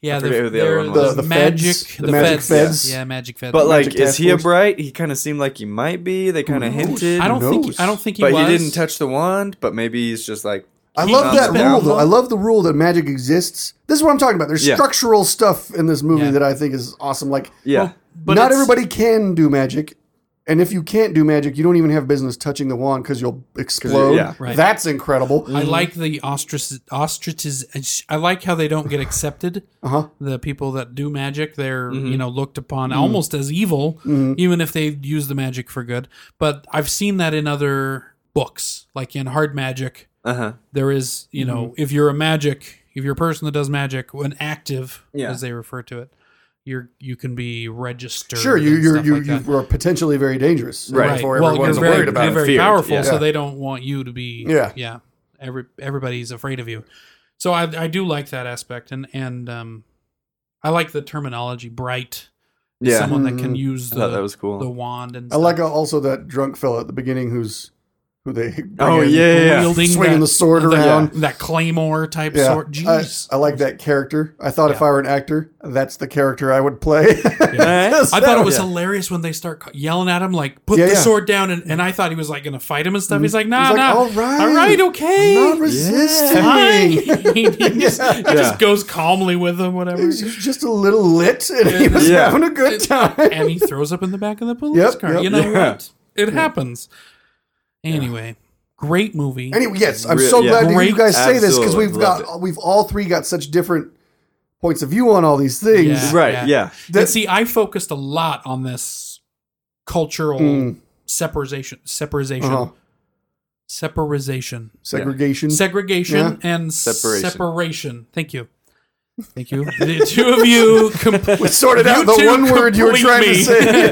S2: Yeah,
S4: forget
S2: the,
S4: who the other
S2: they're-
S4: one was.
S3: The- the
S2: magic,
S3: feds?
S2: the,
S3: The magic
S2: feds,
S3: feds?
S2: Yeah. magic feds.
S4: But like
S3: Magic
S4: is
S3: Task
S4: he a
S3: Force?
S4: bright? He kinda seemed like he might be. They kinda hinted.
S2: I don't
S3: who
S2: think
S3: knows?
S2: I don't think he
S4: but
S2: was.
S4: he didn't touch the wand, but maybe he's just like
S3: I
S2: He
S3: love
S4: knows
S3: that
S4: the
S3: rule though.
S2: outlaw.
S3: I love the rule that magic exists. This is what I'm talking about. There's
S4: Yeah.
S3: structural stuff in this movie
S2: Yeah.
S3: that I think is awesome. Like,
S4: Yeah.
S2: But
S3: not
S2: it's-
S3: everybody can do magic. And if you can't do magic, you don't even have business touching the wand because you'll explode.
S4: yeah.
S2: Right.
S3: That's incredible.
S2: I like the ostrich ostriches. I like how they don't get accepted.
S3: Uh-huh. Mm-hmm.
S2: The people that do magic, they're you know looked upon almost as evil, even if they use the magic for good. But I've seen that in other books, like in Hard Magic.
S4: uh huh.
S2: There is you know
S3: Mm-hmm.
S2: if you're a magic, if you're a person that does magic, an active
S4: Yeah.
S2: as they refer to it, you're you can be registered.
S3: Mm. Sure, you
S2: and
S3: you're,
S2: stuff
S3: you
S2: like that.
S3: you are potentially very dangerous. and
S4: Right.
S3: Therefore,
S2: Well,
S3: everyone's
S2: you're very,
S3: worried about
S2: you're
S3: it.
S2: very
S4: Feared,
S2: powerful,
S4: yeah.
S2: so they don't want you to be.
S3: Yeah.
S2: yeah. Every everybody's afraid of you, so I I do like that aspect, and and um, I like the terminology bright. is
S4: Yeah.
S2: someone that can use
S4: I thought
S2: the
S4: that was cool.
S2: the wand and
S3: Mm-hmm. I like also that drunk fella at the beginning who's who they bring
S4: Oh,
S3: in,
S4: yeah, yeah, yeah.
S2: Wielding
S3: swinging
S2: that-
S3: the sword
S2: that-
S3: around.
S2: that claymore type
S3: Yeah,
S2: sword.
S3: I-
S2: Jeez,
S3: I, like that character. I thought if
S2: Yeah.
S3: I were an actor, that's the character I would play.
S4: Right?
S2: I thought it was
S4: Yeah.
S2: hilarious when they start ca- yelling at him, like "Put
S3: Yeah,
S2: the
S3: yeah.
S2: sword down," and, and I thought he was like going to fight him and stuff. He's like, "Nah,
S3: like,
S2: nah,
S3: "All right.
S2: all right, okay,
S3: not
S2: fine."
S3: resisting.
S2: he, just, he
S4: Yeah.
S2: just goes calmly with him, whatever.
S3: He was just a little lit, and he was
S4: Yeah.
S3: having a good time.
S2: and he throws up in the back of the police
S3: Yep,
S2: car.
S3: yep.
S2: you know
S4: Yeah.
S2: what? It happens. Anyway, great movie.
S3: Anyway, yes, I'm
S4: Re-
S3: so
S4: yeah.
S3: glad to hear
S2: Great.
S3: you guys say this because
S4: Absolutely.
S3: we've
S4: Loved
S3: got we've all three got such different points of view on all these things.
S2: Yeah.
S4: Right,
S2: Yeah.
S4: yeah.
S2: and
S3: That-
S2: see, I focused a lot on this cultural
S3: Mm.
S2: separation, separation,
S3: Uh-huh.
S2: separation,
S3: Segregation.
S2: segregation, and
S4: Separation.
S2: separation. Thank you. Thank you. the two of you com-
S3: we sorted out
S2: You
S3: the
S2: two
S3: one word you were
S2: complete
S3: trying to
S2: me.
S3: say.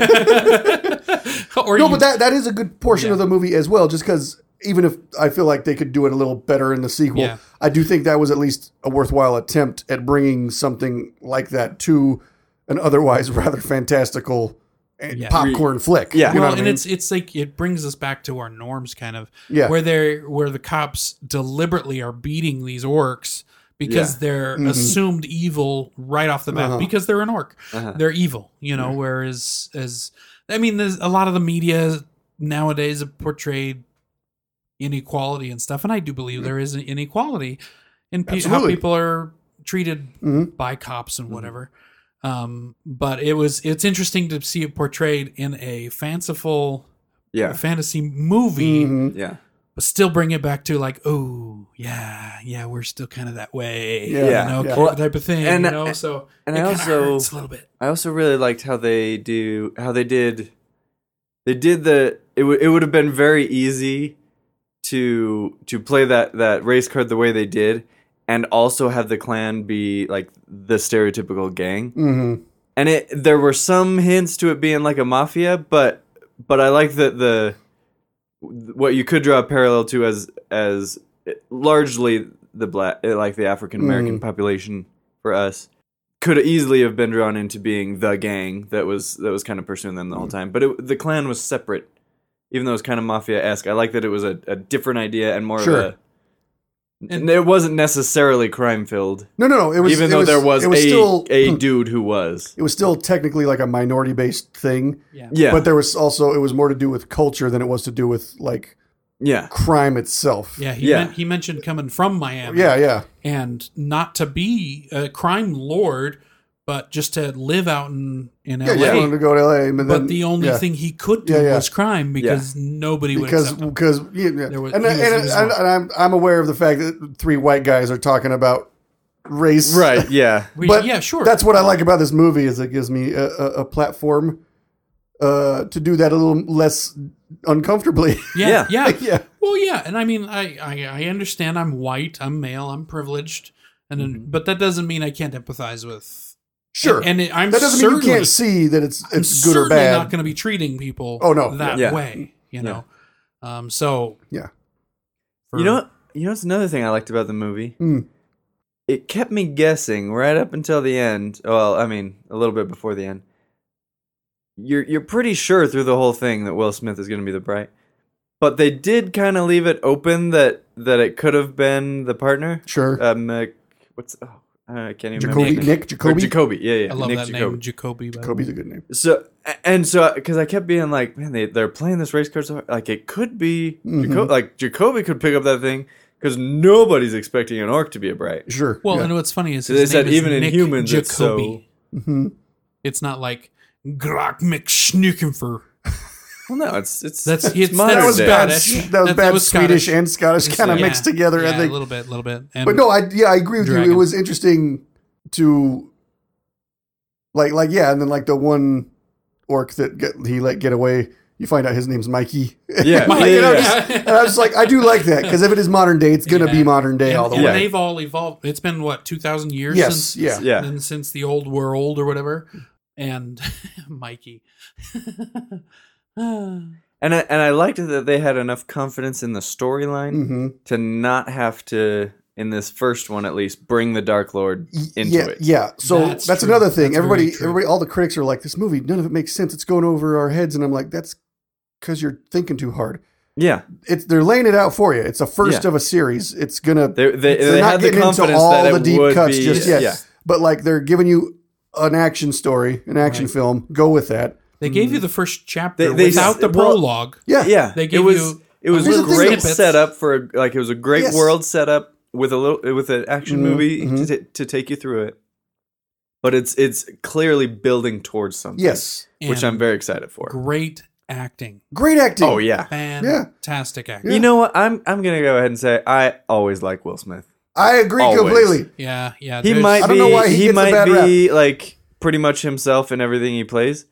S2: or
S3: no,
S2: you-
S3: but that that is a good portion of the movie as well. Just because even if I feel like they could do it a little better in the sequel,
S2: Yeah.
S3: I do think that was at least a worthwhile attempt at bringing something like that to an otherwise rather fantastical eh,
S2: Yeah.
S3: popcorn flick.
S4: Yeah.
S3: you know
S2: well,
S3: what I
S2: and
S3: mean?
S2: it's it's like it brings us back to our norms, kind of.
S3: Yeah.
S2: Where they where the cops deliberately are beating these orcs because
S4: Yeah.
S2: they're assumed evil right off the bat
S3: Mm-hmm. Uh-huh.
S2: because they're an orc, they're evil. You know, whereas as I mean, there's a lot of the media nowadays have portrayed inequality and stuff, and I do believe there is an inequality in pe- how
S3: Absolutely.
S2: people are treated
S3: Mhm.
S2: by cops and whatever. Um, but it was it's interesting to see it portrayed in a fanciful
S4: Yeah.
S2: fantasy movie,
S3: Mhm.
S4: Yeah.
S2: but still bring it back to like, oh yeah, yeah, we're still kind of that way,
S3: Yeah,
S4: yeah.
S2: you know,
S3: yeah.
S2: kind- type of thing,
S4: And-
S2: you know. So
S4: and
S2: it
S4: I
S2: kinda
S4: also-
S2: hurts a little bit.
S4: I also really liked how they do how they did they did the it would it would have been very easy to to play that that race card the way they did and also have the clan be like the stereotypical gang.
S3: Mhm.
S4: And it there were some hints to it being like a mafia, but but I like that the what you could draw a parallel to as as largely the black like the African
S3: Mm.
S4: American population for us could easily have been drawn into being the gang that was that was kind of pursuing them the
S3: Mm.
S4: whole time. But it, the clan was separate, even though it was kind of mafia esque. I like that it was a, a different idea and more
S3: Sure.
S4: of a. And it wasn't necessarily crime filled,
S3: No, no, no. It was
S4: even
S3: it
S4: though there was,
S3: it was
S4: a
S3: still
S4: a dude who was.
S3: it was still technically like a minority based thing.
S2: Yeah.
S4: Yeah,
S3: But there was also it was more to do with culture than it was to do with like
S4: yeah,
S3: crime itself.
S2: Yeah, he
S4: Yeah.
S2: men- he mentioned coming from Miami,
S3: Yeah, yeah.
S2: and not to be a crime lord, but just to live out in in
S3: Yeah,
S2: LA.
S3: you wanted to go to LA, but, then,
S2: but the only
S3: yeah.
S2: thing he could do
S3: Yeah, yeah.
S2: was crime because nobody would
S3: because
S2: accept him.
S3: because yeah, yeah.
S2: There was-
S3: and,
S2: he
S3: and,
S2: was- he was
S3: and-
S2: wrong.
S3: and I'm I'm aware of the fact that three white guys are talking about race,
S4: Right. Yeah.
S2: We-
S3: but
S2: yeah, sure.
S3: That's what I like about this movie is it gives me a, a, a platform uh, to do that a little less uncomfortably.
S2: yeah, yeah,
S3: yeah,
S2: Well, yeah, and I mean, I, I I understand I'm white, I'm male, I'm privileged, and then, but that doesn't mean I can't empathize with.
S3: Mm-hmm. sure.
S2: And, and it, I'm
S3: that doesn't mean you
S2: certainly
S3: can't see that it's
S2: I'm
S3: it's good or
S2: certainly
S3: bad.
S2: Not going to be treating people.
S3: Oh, no.
S2: that
S4: Yeah.
S2: way, you know. Um. So
S3: Yeah.
S2: For-
S4: You know, what- you know, it's another thing I liked about the movie.
S3: Mm.
S4: It kept me guessing right up until the end. Well, I mean, a little bit before the end. You're you're pretty sure through the whole thing that Will Smith is going to be the bright, but they did kind of leave it open that that it could have been the partner.
S3: Sure.
S4: Uh, Mc, what's oh, I can't even
S3: Jacoby,
S4: remember.
S3: Nick,
S4: his name. Or
S3: Jacoby.
S4: Jacoby. Yeah, yeah.
S2: I love
S4: Nick
S2: that
S4: Jacoby.
S2: name, Jacoby. by the way.
S3: Jacoby's a good name.
S4: So a- and so because I kept being like, man, they they're playing this race car so hard. like it could be
S3: Mm-hmm.
S4: Jaco- like Jacoby could pick up that thing because nobody's expecting an orc to be a bright.
S3: Sure.
S2: Well,
S3: yeah.
S2: and what's funny is
S4: They
S2: his name
S4: said
S2: is
S4: even in
S2: Nick
S4: humans
S2: Jacoby.
S4: it's so-
S3: Mm-hmm.
S2: It's not like Grok McSnukenfer.
S4: Well, no, it's it's
S2: That's-
S4: it's
S2: it's- that
S4: modern
S3: that was
S4: day.
S3: bad.
S2: Scottish.
S3: That was
S2: That- that
S3: bad
S2: was
S3: Swedish
S2: Scottish.
S3: and Scottish kind of
S2: Yeah.
S3: mixed together.
S2: Yeah,
S3: I think.
S2: a little bit, a little bit. And
S3: but no, I yeah, I agree with you.
S2: Dragon.
S3: It was interesting to like like yeah, and then like the one orc that get, he let get away. You find out his name's Mikey.
S4: Yeah,
S3: Like,
S4: yeah,
S3: you know,
S4: yeah.
S3: just- and I was like, I do like that because if it is modern day, it's gonna
S2: Yeah.
S3: be modern day
S2: and,
S3: all the
S2: and
S3: way.
S2: they've all evolved. It's been what two thousand years
S3: Yes,
S2: since
S3: yeah.
S4: Yeah.
S2: and since the old world or whatever. And Mikey.
S4: And I and I liked that they had enough confidence in the storyline
S3: hmm
S4: to not have to in this first one at least bring the Dark Lord into
S3: yeah,
S4: it.
S3: yeah. So that's,
S2: That's true.
S3: another thing.
S2: That's
S3: everybody,
S2: very true.
S3: everybody, all the critics are like, this movie, none of it makes sense. It's going over our heads, and I'm like, that's because you're thinking too hard.
S4: Yeah,
S3: It's they're laying it out for you. It's a first
S4: Yeah.
S3: of a series. It's gonna
S4: they they,
S3: They're
S4: they
S3: not
S4: had the
S3: getting into
S4: confidence
S3: all
S4: that it
S3: the deep
S4: would
S3: cuts
S4: be
S3: just yet. but like they're giving you an action story, an action
S2: Right.
S3: film. Go with that.
S2: They gave you the first chapter
S4: Hmm. They- they
S2: without
S4: s-
S2: the
S4: well-
S2: prologue.
S3: Yeah,
S4: yeah, yeah.
S2: They
S4: it
S2: give
S4: was
S2: you
S4: it was
S3: Here's
S4: a
S3: the thing,
S4: great
S2: snippets.
S4: setup for a, like it was a great
S3: Yes.
S4: world setup with a little with an action
S3: Mhm,
S4: movie
S3: mhm.
S4: to, to take you through it. But it's it's clearly building towards something.
S3: Yes,
S4: which
S2: And
S4: I'm very excited for.
S2: great acting,
S3: great acting.
S4: Oh yeah.
S2: fantastic acting.
S4: You know what? I'm I'm gonna go ahead and say I always like Will Smith.
S3: I agree
S4: Always.
S3: completely.
S2: Yeah, yeah.
S4: He
S2: there's-
S4: might
S3: I
S4: be
S3: don't know why he
S4: he,
S3: gets a
S4: might
S3: bad rap.
S4: be like pretty much himself in everything he plays.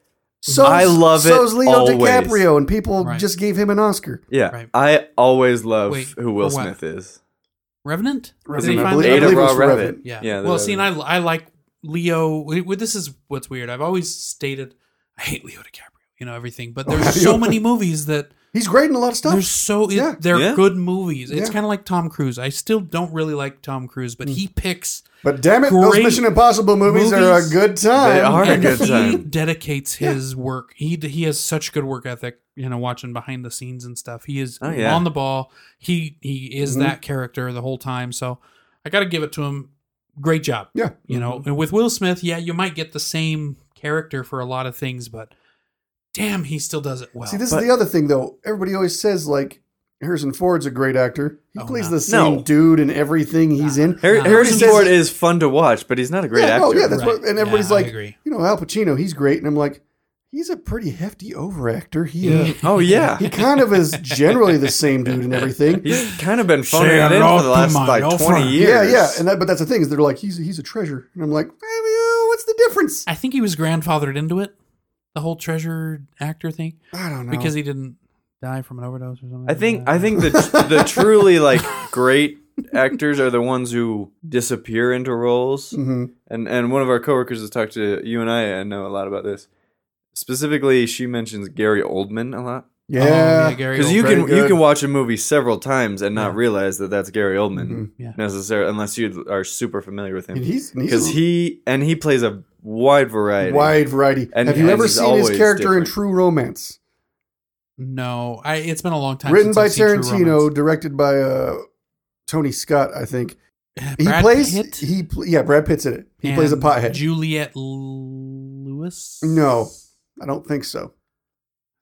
S3: So
S4: I love it
S3: So's Leo
S4: always.
S3: DiCaprio, and people
S2: Right.
S3: just gave him an Oscar.
S4: Yeah,
S2: Right.
S4: I always love
S2: Wait,
S4: who Will
S2: for what?
S4: Smith is.
S2: Revenant.
S4: Is
S2: Did he
S4: it
S3: I
S2: find-
S3: believe- I
S4: Ada
S3: believe it
S4: Ra
S3: was
S4: Revenant?
S3: Revenant.
S2: Yeah.
S4: Yeah, the
S2: well, see, and I,
S4: Revenant.
S2: I like Leo. we- we- This is what's weird. I've always stated I hate Leo DiCaprio. You know everything, but
S4: Oh,
S2: there's so many movies that
S3: He's great in a lot of
S2: there's so
S3: stuff.
S2: it-
S3: Yeah.
S2: they're
S4: Yeah.
S2: good movies. It's
S3: Yeah.
S2: kind of like Tom Cruise. I still don't really like Tom Cruise, but
S3: Mm.
S2: he picks
S3: But damn it, those
S2: great
S3: Mission Impossible movies, are a
S2: movies.
S3: good time.
S4: They are. Very
S2: and
S4: good
S2: he
S4: time.
S2: dedicates his work. He he has such good work ethic. You know, watching behind the scenes and stuff. He is
S4: Oh, yeah.
S2: on the ball. He he
S3: Mm-hmm.
S2: is that character the whole time. So I got to give it to him. Great job.
S3: Yeah. Mm-hmm.
S2: You know, and with Will Smith, yeah, you might get the same character for a lot of things, but damn, he still does it well.
S3: See, this
S4: But-
S3: is the other thing though. Everybody always says like Harrison Ford's a great actor. He
S2: Oh,
S3: plays
S2: no.
S3: the same
S4: No.
S3: dude in everything he's in.
S4: Har-
S2: Nah.
S4: Harrison
S3: He says-
S4: Ford is fun to watch, but he's not a great
S3: yeah,
S4: actor.
S3: Oh yeah, that's
S2: Right.
S3: what. And everybody's
S2: Yeah, I
S3: like,
S2: agree.
S3: you know, Al Pacino, he's great, and I'm like, he's a pretty hefty overactor. He uh,
S4: oh yeah,
S3: he kind of is generally the same dude in everything.
S4: he's kind of been
S2: Say
S4: phoning it in
S2: hello
S4: for the
S2: to
S4: last
S2: my
S4: like
S2: old
S4: twenty
S2: friend.
S4: years.
S3: Yeah, yeah, and that, but that's the thing is they're like he's he's a treasure, and I'm like, "Well, what's the difference?
S2: I think he was grandfathered into it, the whole treasure actor thing,
S3: I don't know
S2: because he didn't die from an overdose or something.
S4: I think I think the the truly like great actors are the ones who disappear into roles.
S3: hmm
S4: And and one of our coworkers has talked to you and I and know a lot about this. Specifically, she mentions Gary Oldman a lot
S3: yeah,
S2: Gary
S4: because you
S3: Oldman.
S4: can
S3: Very
S4: you
S3: good.
S4: can watch a movie several times and not
S2: Yeah. Mm-hmm.
S4: realize that that's Gary Oldman
S3: Mhm.
S2: Yeah.
S4: necessarily unless you are super familiar with
S3: and
S4: him
S3: he's and
S4: because
S3: he's
S4: he and he plays a wide
S3: a
S4: variety.
S3: wide variety.
S4: And-
S3: Have you
S4: and
S3: ever
S4: he's
S3: seen his
S4: always
S3: character
S4: different.
S3: in True Romance,
S2: No, I. It's been a long time.
S3: written
S2: since
S3: by
S2: I've seen True
S3: Tarantino,
S2: Romance. directed
S3: directed by uh, Tony Scott? I think he
S2: Brad
S3: plays
S2: Pitt
S3: he pl- yeah Brad Pitt's in it. He plays a
S2: and
S3: pothead.
S2: Juliette Lewis.
S3: No. I don't think so.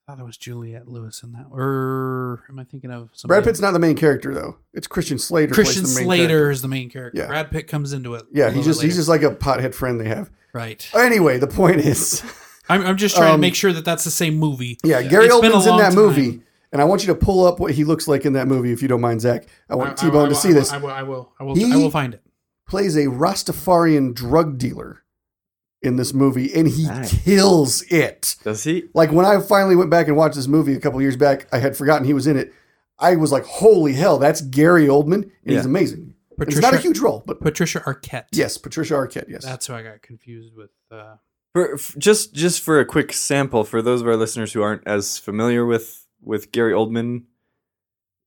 S2: I thought it was Juliette Lewis in that. Or am I thinking of somebody?
S3: Brad Pitt's not the main character though. It's Christian Slater. plays
S2: Christian
S3: the main
S2: Slater
S3: character.
S2: is the main character.
S3: Yeah.
S2: Brad Pitt comes into it. a
S3: Yeah, he
S2: little
S3: just
S2: bit
S3: he's
S2: later.
S3: just like a pothead friend they have.
S2: right.
S3: Anyway, the point is,
S2: I'm, I'm just trying to
S3: um,
S2: make sure that that's the same movie.
S3: yeah, Gary
S2: It's been a
S3: Oldman's in
S2: long
S3: that
S2: time.
S3: movie, and I want you to pull up what he looks like in that movie if you don't mind, Zach. I want T Bone to see this.
S2: I will. I will. I will,
S3: He-
S2: I will find it.
S3: Plays a Rastafarian drug dealer in this movie, and he
S4: Nice.
S3: kills it.
S4: Does he?
S3: Like when I finally went back and watched this movie a couple years back, I had forgotten he was in it. I was like, "Holy hell, that's Gary Oldman, and
S4: Yeah.
S3: he's amazing." And
S2: Patricia,
S3: it's not a huge role, but
S2: Patricia Arquette.
S3: yes, Patricia Arquette. Yes,
S2: That's who I got confused with. Uh,
S4: For, f- just just for a quick sample for those of our listeners who aren't as familiar with with Gary Oldman,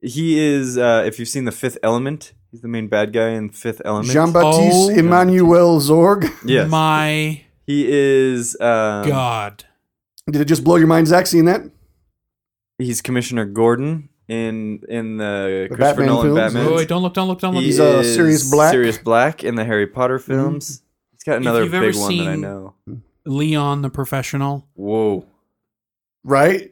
S4: he is uh, if you've seen The Fifth Element, he's the main bad guy in Fifth Element.
S3: Jean
S2: Oh.
S3: Baptiste Emmanuel Zorg.
S4: yes,
S2: My
S4: he is. Um,
S2: God.
S3: Did it just blow your mind, Zach, seeing that?
S4: He's Commissioner Gordon in in the,
S3: The
S4: Christopher
S3: Batman
S4: Nolan
S3: films?
S4: Batman.
S2: Oh, wait, don't look! Don't look! Don't look!
S4: He
S3: He's, uh, Sirius Black. Mm-hmm.
S4: Sirius Black in the Harry Potter films. He's got
S2: If
S4: another
S2: you've ever
S4: big one that I
S2: seen-
S4: know.
S2: Leon the professional.
S4: Whoa.
S3: Right?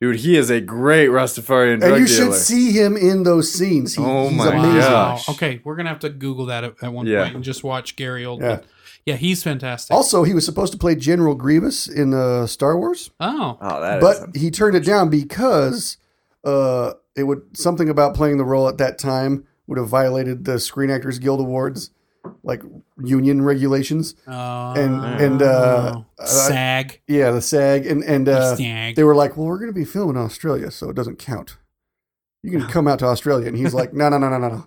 S4: Dude, he is a great Rastafarian drug
S3: and you
S4: dealer.
S3: should see him in those scenes. He,
S4: Oh
S3: he's
S4: my
S3: amazing.
S4: God.
S2: Wow.
S4: gosh.
S2: Okay, we're gonna have to Google that at, at one
S4: Yeah.
S2: point and just watch Gary Oldman. Yeah,
S3: Yeah.
S2: he's fantastic.
S3: Also, he was supposed to play General Grievous in uh, Star Wars,
S2: oh,
S4: oh, that is
S3: but he turned it down because uh, it would something about playing the role at that time would have violated the Screen Actors Guild Awards, like union regulations.
S2: uh,
S3: and, uh,
S2: SAG,
S3: Yeah, the SAG and and uh,
S2: SAG.
S3: they were like, "Well, we're going to be filming in Australia, so it doesn't count. You can come out to Australia." And he's like, "No, no, no, no, no, no.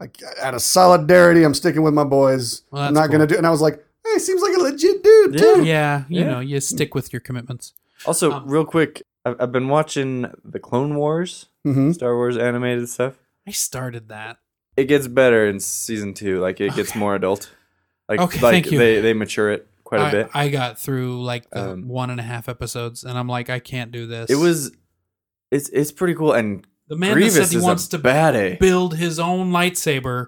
S3: Like, out of solidarity, I'm sticking with my boys.
S2: Well,
S3: I'm
S2: that's
S3: not
S2: cool.
S3: going to do." And I was like, "Hey, seems like a legit dude
S4: Yeah.
S3: too."
S2: yeah, you
S4: Yeah.
S2: know, you stick with your commitments.
S4: Also,
S2: Um,
S4: real quick, I've, I've been watching the Clone Wars,
S3: hmm
S4: Star Wars animated stuff.
S2: I started that.
S4: It gets better in season two. Like it gets
S2: Okay.
S4: more adult. Like,
S2: Okay,
S4: like
S2: thank you.
S4: they they mature it quite a
S2: I-
S4: bit.
S2: I, got through like the
S4: Um,
S2: one and a half episodes, and I'm like, I can't do this.
S4: it was, it's it's pretty cool. And
S2: the man that
S4: Grievous
S2: said he
S4: is
S2: wants
S4: a
S2: to
S4: bad A.
S2: build his own lightsaber.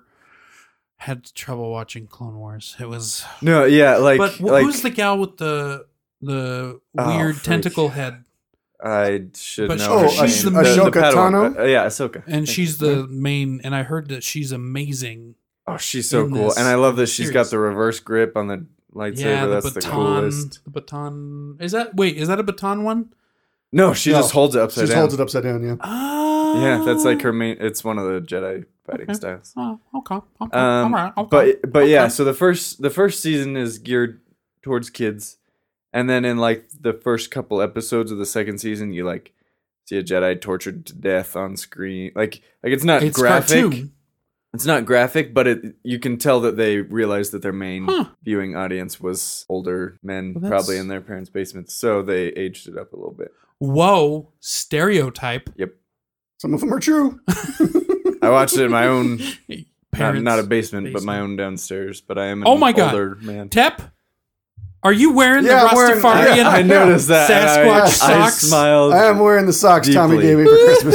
S2: Had trouble watching Clone Wars. It was
S4: no, yeah, like
S2: but wh-
S4: like
S2: who's the gal with the the
S4: Oh,
S2: weird
S4: freak.
S2: tentacle head?
S4: I should
S2: But
S4: know. her
S2: she's- Oh, she's
S4: name.
S2: the-
S3: Ashoka
S4: Padawan.
S3: Tano?
S4: Uh, yeah, Ahsoka.
S2: And
S4: Thank
S2: she's
S4: you.
S2: the main. And I heard that she's amazing.
S4: Oh, she's so
S2: in
S4: cool,
S2: this
S4: and I love that she's got
S2: series.
S4: the reverse grip on the lightsaber.
S2: yeah, the
S4: That's the
S2: baton.
S4: coolest.
S2: The baton. Is that wait? Is that a baton one?
S4: No, she
S3: No,
S4: just holds it
S3: She
S4: upside
S3: just
S4: down.
S3: holds it upside down. Yeah.
S2: Oh,
S4: Yeah, that's like her main. It's one of the Jedi fighting
S2: Okay.
S4: styles.
S2: Oh, okay. okay
S4: Um,
S2: all right. Okay.
S4: But but yeah,
S2: okay.
S4: so the first the first season is geared towards kids, and then in like the first couple episodes of the second season, you like see a Jedi tortured to death on screen. Like like it's not
S2: it's
S4: graphic.
S2: cartoon.
S4: It's not graphic, but it you can tell that they realized that their main
S2: Huh.
S4: viewing audience was older men,
S2: Well,
S4: probably
S2: that's-
S4: in their parents' basements. So they aged it up a little bit.
S2: Whoa, stereotype.
S3: Some of them are true.
S4: I watched it in my own not,
S2: Parents.
S4: not a basement, but my
S2: basement.
S4: own downstairs. But I am an
S2: Oh my God.
S4: older man.
S2: Tep, are you wearing
S3: Yeah,
S2: the
S3: I'm wearing-
S2: Rastafarian?
S3: yeah,
S4: I noticed that. and I,
S2: Sasquatch
S4: I
S2: socks.
S4: smiled.
S3: I am wearing the socks Tommy
S4: Deeply.
S3: gave me for Christmas.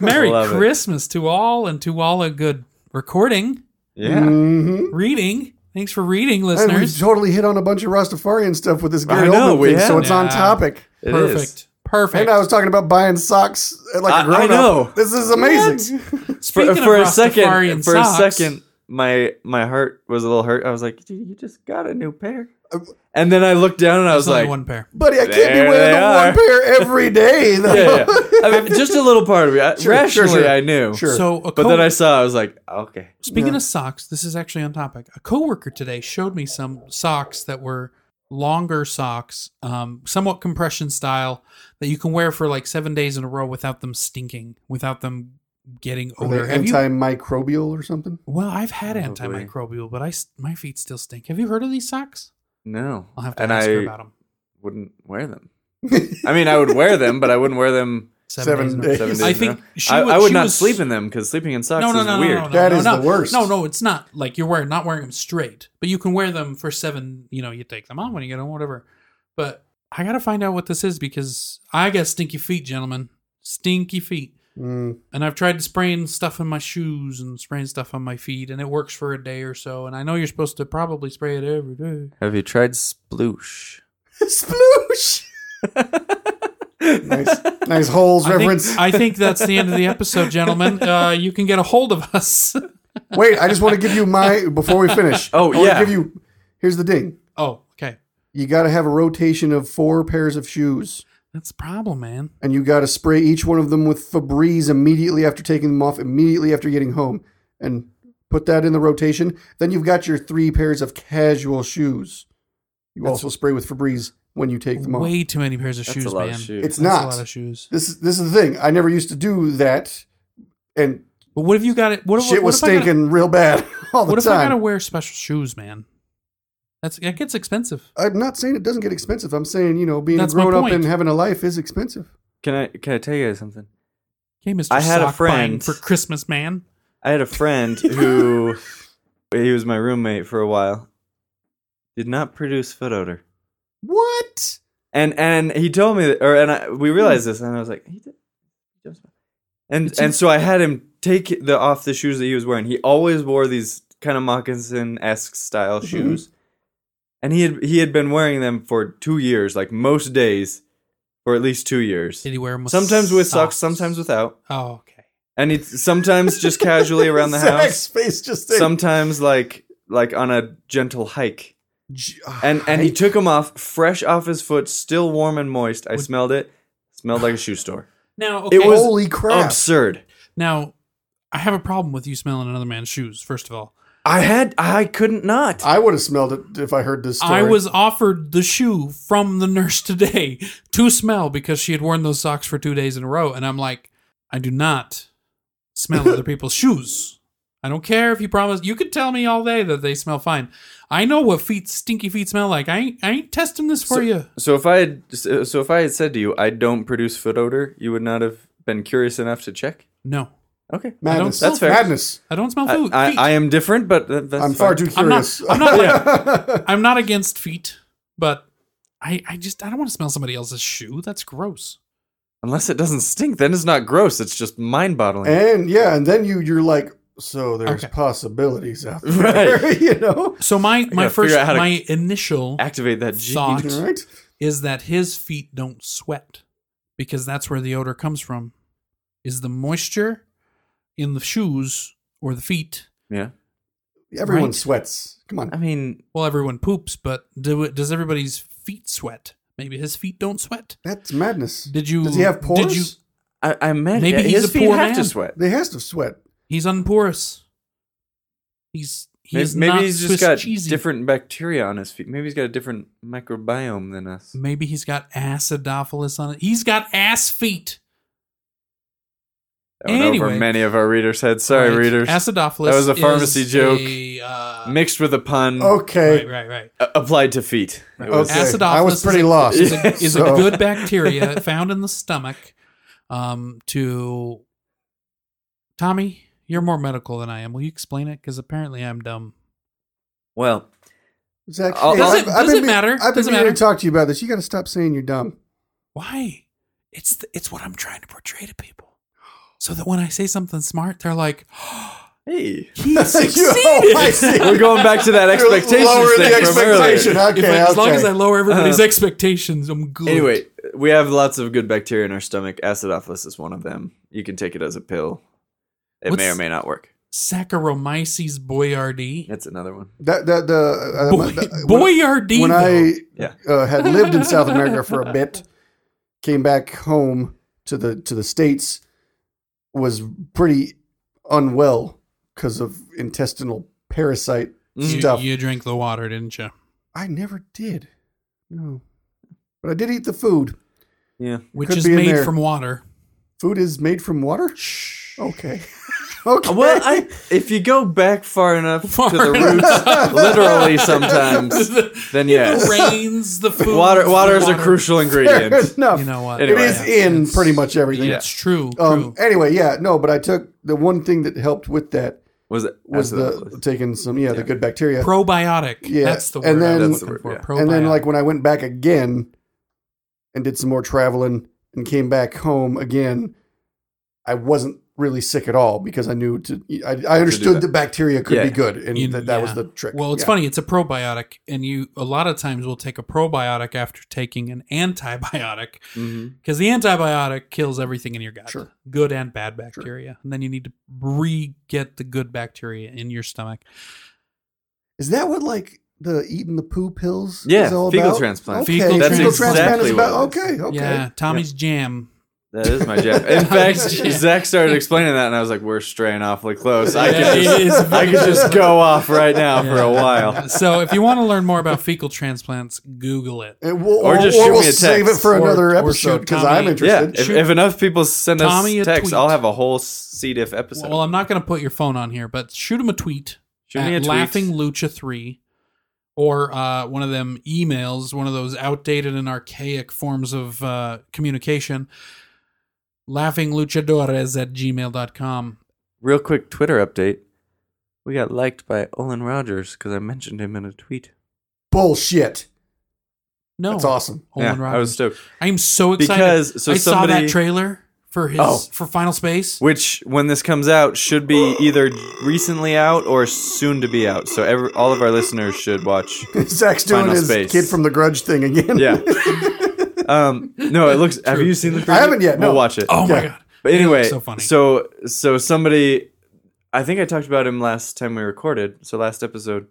S2: Merry
S4: Love it.
S2: Christmas to all, and to all a good recording,
S4: yeah.
S3: hmm
S2: reading. Thanks for reading,
S3: And we
S2: listeners.
S3: totally hit on a bunch of Rastafarian stuff with this
S4: I
S3: Gary
S4: know,
S3: Oldman
S4: we
S3: thing, so
S4: have.
S3: it's on
S2: Yeah.
S3: topic.
S4: it is.
S2: Perfect. Perfect.
S3: And I was talking about buying socks at like
S4: I- I
S3: a grown
S4: know.
S3: This is amazing.
S4: For,
S2: Speaking
S4: for
S2: of
S4: a second,
S2: Rastafarian
S4: for a
S2: socks-
S4: second, my my heart was a little hurt. I was like, "Dude, you just got a new pair." And then I looked down and I
S2: There's
S4: was
S2: only
S4: like,
S2: one pair.
S3: Buddy, I can't
S4: There
S3: be wearing
S4: they
S3: the
S4: are.
S3: one pair every day. Though.
S4: "Yeah, yeah." I mean, just a little part of me. I-
S3: Sure, sure,
S4: rationally,
S3: sure.
S4: I knew.
S3: Sure.
S2: So, a
S4: But
S2: co-
S4: then I saw. I was like, "Okay."
S2: speaking
S3: Yeah.
S2: of socks, this is actually on topic. A coworker today showed me some socks that were longer socks, um, somewhat compression style, that you can wear for like seven days in a row without them stinking, without them getting
S3: Are they
S2: odor. Oh, Have you?
S3: antimicrobial or something?
S2: Well, I've had
S4: Probably.
S2: antimicrobial, but I s- my feet still stink. Have you heard of these socks?
S4: No,
S2: I'll have to
S4: and
S2: ask
S4: I
S2: her about them.
S4: wouldn't wear them. I mean, I would wear them, but I wouldn't wear them.
S3: Seven
S2: in a row.
S3: days.
S4: Seven days
S2: I
S4: in a
S2: think
S4: row.
S2: she
S4: I,
S2: would,
S4: I would
S2: she
S4: not
S2: was-
S4: sleep in them because sleeping in socks
S2: No, no,
S4: is
S2: no,
S4: weird.
S2: no, no, no,
S3: That
S2: no,
S3: is
S2: no.
S3: the worst.
S2: No, no, it's not. Like you're wearing, not wearing them straight, but you can wear them for seven. You know, you take them on when you get on, whatever. But I gotta find out what this is because I got stinky feet, gentlemen. Stinky feet,
S3: Mm,
S2: and I've tried spraying stuff in my shoes and spraying stuff on my feet, and it works for a day or so. And I know you're supposed to probably spray it every day.
S4: Have you tried sploosh?
S3: Sploosh. Nice, nice holes
S2: I
S3: reference.
S2: think, I think that's the end of the episode, gentlemen. Uh, you can get a hold of us.
S3: Wait, I just want to give you my before we finish.
S4: Oh,
S3: I wanna
S4: yeah.
S3: Give you. Here's the ding.
S2: Oh, okay.
S3: You got to have a rotation of four pairs of shoes,
S2: That's a problem, man.
S3: and you got to spray each one of them with Febreze immediately after taking them off, immediately after getting home, and put that in the rotation. Then you've got your three pairs of casual shoes. You also spray with Febreze when you take them off.
S2: Way too many pairs of
S4: That's
S2: shoes,
S4: a lot
S2: man.
S4: of shoes.
S3: It's
S2: That's
S3: not.
S2: a lot of shoes.
S3: This is this is the thing. I never used to do that, and
S2: But what if you got it? What,
S3: shit
S2: what
S3: was
S2: if I gotta-
S3: stinking real bad all the
S2: What if I
S3: time.
S2: gotta wear special shoes, man? That's it gets expensive.
S3: I'm not saying it doesn't get expensive. I'm saying you know being
S2: That's
S3: a
S2: my
S3: grown up
S2: point.
S3: and having a life is expensive.
S4: Can I can I tell you guys something?
S2: Okay, Mr.
S4: I had a
S2: Sock Buying
S4: friend-
S2: for Christmas, man.
S4: I had a friend who he was my roommate for a while. Did not produce foot odor.
S3: What?
S4: And and he told me that, or and I, we realized this, and I was like, he did. he does- And and so I had him take the off the shoes that he was wearing. He always wore these kind of moccasin esque style shoes, and he had he had been wearing them for two years, like most days, for at least two years.
S2: Did he wear 'em with
S4: Sometimes with socks, sometimes without,
S2: Oh, okay.
S4: and it's sometimes just casually around the
S3: Zach's
S4: house.
S3: face just did-
S4: Sometimes like like on a gentle hike.
S3: J-
S4: And and he took them off, fresh off his foot, still warm and moist. I
S2: Would-
S4: smelled it. Smelled like a shoe store.
S2: Now, okay.
S4: It was
S3: holy crap!
S4: absurd.
S2: now, I have a problem with you smelling another man's shoes. First of all,
S4: I had I couldn't not.
S3: I would have smelled it if I heard this story.
S2: I was offered the shoe from the nurse today to smell because she had worn those socks for two days in a row. And I'm like, I do not smell other people's shoes. I don't care if you promise. You could tell me all day that they smell fine. I know what feet, stinky feet, smell like. I ain't, I ain't testing this for you.
S4: so if I had so if I had said to you, I don't produce foot odor, you would not have been curious enough to check.
S2: No,
S4: Okay,
S3: madness.
S4: That's fair.
S3: Madness.
S2: I don't smell
S4: I,
S2: food.
S4: I,
S2: feet.
S4: I am different, but that, that's
S3: I'm far too
S4: fine.
S2: I'm not-
S3: curious.
S2: I'm not. I'm not against feet, but I, I just I don't want to smell somebody else's shoe. That's gross.
S4: Unless it doesn't stink, then it's not gross. It's just mind boggling.
S3: and yeah, and then you you're like, so there's
S2: Okay.
S3: possibilities out there,
S4: Right.
S3: you know?
S2: So my my
S4: gotta
S2: first
S4: figure out how to
S2: my initial
S4: Activate that gene.
S2: Thought.
S3: All right.
S2: is that his feet don't sweat because that's where the odor comes from is the moisture in the shoes or the feet
S4: Yeah,
S3: Everyone
S2: Right.
S3: sweats. Come on.
S4: I mean,
S2: well everyone poops but do it, does everybody's feet sweat maybe his feet don't sweat
S3: That's madness.
S2: did you
S3: Does he have pores?
S2: did you
S4: I, I imagine
S2: Maybe he's
S4: his
S2: a
S4: feet
S2: poor
S4: have to
S2: man.
S4: sweat.
S3: They has to sweat.
S2: he's unporous he's
S4: May-
S2: he's
S4: maybe
S2: not
S4: he's just
S2: Swiss
S4: got
S2: cheesy.
S4: different bacteria on his feet. Maybe he's got a different microbiome than us.
S2: maybe he's got acidophilus on it he's got ass feet
S4: That went over
S2: Anyway.
S4: many of our readers' heads. Sorry,
S2: Right.
S4: readers.
S2: acidophilus
S4: That was a pharmacy
S2: is
S4: joke.
S2: a, uh,
S4: Mixed with a pun
S3: Okay.
S2: right right right
S4: uh, applied to feet. It was-
S3: Okay.
S2: Acidophilus
S3: I was
S2: is
S3: pretty
S2: a-
S3: lost.
S2: is a, is a
S3: So-
S2: good bacteria found in the stomach. Um, to Tommy, you're more medical than I am. Will you explain it? Because apparently I'm dumb.
S4: Well,
S3: Zach,
S4: I'll- Does
S2: it-
S3: I've- I've
S2: does it
S3: been mean-
S2: matter?
S3: I've been
S2: Does it
S3: meaning to
S2: matter?
S3: talk to you about this. You got to stop saying you're dumb.
S2: Why? It's the, it's what I'm trying to portray to people, so that when I say something smart, they're like,
S4: hey.
S2: "He
S3: You- oh, I see.
S2: succeeded."
S4: We're going back to that expectation
S3: Lower
S4: thing
S3: the
S4: from earlier.
S3: expectation. Okay,
S2: If I- as long
S3: okay.
S2: as I lower everybody's
S4: Uh,
S2: expectations, I'm good.
S4: Anyway, we have lots of good bacteria in our stomach. Acidophilus is one of them. You can take it as a pill. It may
S2: What's-
S4: or may not work.
S2: Saccharomyces boyardii.
S4: That's another one.
S3: That that the uh,
S2: Boy,
S3: the-
S2: boyardee.
S3: when I
S4: Yeah.
S3: uh, had lived in South America for a bit, came back home to the to the states, was pretty unwell because of intestinal parasite
S4: Mm.
S3: stuff.
S2: You, you drank the water, didn't you?
S3: I never did, no, but I did eat the food.
S4: Yeah.
S2: Which
S3: Could
S2: is
S3: be in
S2: made
S3: there.
S2: from water.
S3: Food is made from water.
S2: Shh.
S3: Okay, okay.
S4: Well, I, if you go back far enough
S2: Far
S4: to the roots, literally sometimes, then yes.
S2: rains, the food.
S4: Water, water is a
S2: water.
S4: crucial ingredient.
S3: Fair enough.
S2: You know what?
S4: Anyway.
S3: it is in pretty much everything.
S4: Yeah.
S2: It's true.
S3: Um,
S2: true.
S3: anyway, yeah, no, but I took the one thing that helped with that
S4: Was it
S3: was the
S4: acidophilus?
S3: taking some yeah, the good bacteria.
S2: Probiotic.
S3: Yeah,
S2: That's the word
S3: and
S2: I was
S3: then-
S4: That's the
S2: looking for.
S4: word,
S2: Probiotic.
S3: and then like when I went back again and did some more traveling and came back home again, I wasn't really sick at all because I knew to I, I understood
S4: that.
S3: that. bacteria could
S4: Yeah.
S3: be good and
S2: You-
S3: that, that was
S2: yeah.
S3: the trick.
S2: Well, it's
S3: Yeah.
S2: funny. It's a probiotic, and you a lot of times will take a probiotic after taking an antibiotic
S4: hmm
S2: because the antibiotic kills everything in your gut,
S3: Sure.
S2: good and bad bacteria, and then you need to re get the good bacteria in your stomach.
S3: Is that what like the eating the poo pills?
S4: Yeah,
S3: is all
S4: fecal
S3: about?
S4: transplant.
S3: Okay,
S2: Fecal
S3: fecal
S2: transplant.
S3: transplant is
S4: Exactly
S3: about.
S4: what it
S3: Okay, okay.
S2: Yeah, Tommy's jam.
S4: That is my jam. In fact,
S2: Tommy's jam.
S4: Zach started explaining that, and I was like, "We're straying awfully close. I
S2: Yeah,
S4: could
S2: it is
S4: just, I could
S2: very-
S4: just go off right now for a
S2: Yeah.
S4: while."
S2: so if you want to learn more about fecal transplants, Google it.
S3: And we'll, or,
S4: Or just
S3: or
S4: shoot
S3: we'll
S4: me a
S3: save it
S4: text.
S3: for
S2: Or-
S3: another
S2: or
S3: episode
S2: shoot
S3: because I'm
S2: Tommy-
S4: Yeah,
S3: interested.
S4: if, if enough people send
S2: Tommy a
S4: us texts,
S2: tweet.
S4: I'll have a whole C diff episode.
S2: Well, I'm not going to put your phone on here, but shoot him a tweet
S4: Shoot
S2: at
S4: me a tweet.
S2: Laughing Lucha Three, or uh, one of them emails, one of those outdated and archaic forms of uh, communication. Laughingluchadores at gmail.com.
S4: Real quick Twitter update. We got liked by Olin Rogers because I mentioned him in a tweet.
S3: Bullshit.
S2: No,
S3: That's awesome.
S2: Olin
S4: yeah,
S2: Rogers.
S4: I was stoked.
S2: I am so excited
S4: Because- so
S2: I saw
S4: somebody-
S2: that trailer for his
S4: Oh.
S2: for Final Space.
S4: Which, when this comes out, should be either recently out or soon to be out. So every, all of our listeners should watch.
S3: Zach's doing
S4: Final
S3: his
S4: space.
S3: kid from the Grudge thing again.
S4: Yeah. um. No, it looks. Have
S2: True.
S4: you seen the? Preview?
S3: I haven't yet, no.
S4: We'll watch it.
S2: Oh my
S3: Yeah.
S2: god!
S4: But
S2: It
S4: anyway,
S2: looks
S4: so
S2: so funny.
S4: So so somebody, I think I talked about him last time we recorded. So last episode,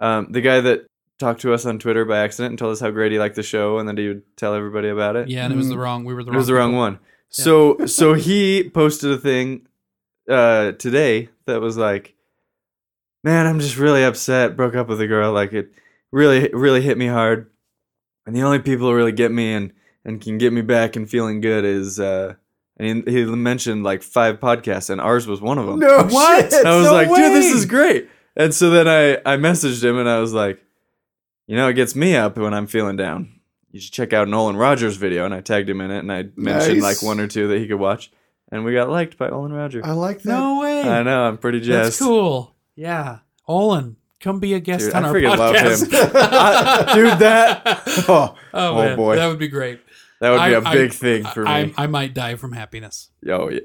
S4: um, the guy that talked to us on Twitter by accident and told us how great he liked the show, and then he would tell everybody about it.
S2: Yeah, and it was the wrong. We were the
S4: it
S2: wrong.
S4: was the wrong
S2: people.
S4: one. So so he posted a thing uh, today that was like, "Man, I'm just really upset. Broke up with a girl. Like it really really hit me hard. And the only people who really get me and and can get me back and feeling good is." Uh, and he he mentioned like five podcasts, and ours was one of them.
S3: No
S2: What?
S3: shit.
S4: I was
S2: no
S4: like, dude, this
S2: way."
S4: is great. And so then I, I messaged him and I was like, you know, it gets me up when I'm feeling down. You should check out Nolan Rogers' video. And I tagged him in it and I mentioned
S3: Nice. Oh,
S4: like one or two that he could watch. And we got liked by Olin Rogers.
S3: I like that.
S2: No way.
S4: I know, I'm pretty
S2: That's
S4: jazzed.
S2: cool. Yeah, Olin, come be a guest
S4: Dude,
S2: on
S4: I
S2: our
S4: freaking love him.
S2: podcast.
S4: I- dude, that, oh,
S2: Oh,
S4: Oh,
S2: man,
S4: boy.
S2: that would be great.
S4: that would be a
S2: I- I-
S4: big thing for me.
S2: I, I, I might die from happiness.
S4: Yo, yeah.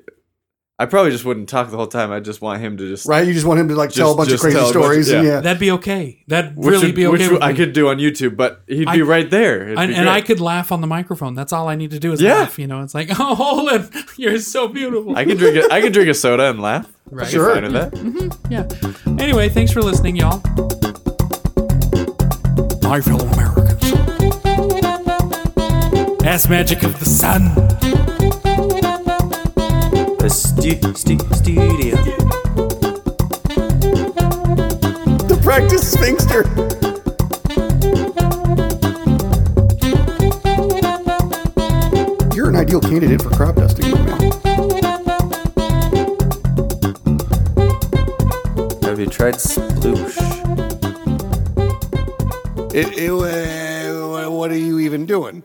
S4: I probably just wouldn't talk the whole time. I just want him to just,
S3: Right? You just want him to like tell a
S4: Just-
S3: bunch of
S4: just
S3: crazy
S4: tell a bunch of-
S3: stories. and
S4: yeah.
S3: yeah.
S2: That'd be okay. That'd
S4: which
S2: really
S4: would-
S2: be okay.
S4: which
S2: with
S4: I
S2: me.
S4: could do on YouTube, but he'd
S2: I-
S4: be right there. It'd
S2: And,
S4: be
S2: and I
S4: great.
S2: could laugh on the microphone. That's all I need to do is
S4: Yeah.
S2: laugh. You know, it's like, oh, Olin, you're so beautiful.
S4: I can drink a, I can drink a soda and laugh.
S2: Right.
S4: I'd be
S3: Sure.
S4: fine with that.
S2: yeah. Anyway, thanks for listening, y'all. My fellow Americans. Ass magic of the sun.
S6: The stu- stu- studio.
S3: The practice sphinxter. You're an ideal candidate for crop dusting right now.
S6: Have you tried sploosh?
S3: It, it, uh, what are you even doing?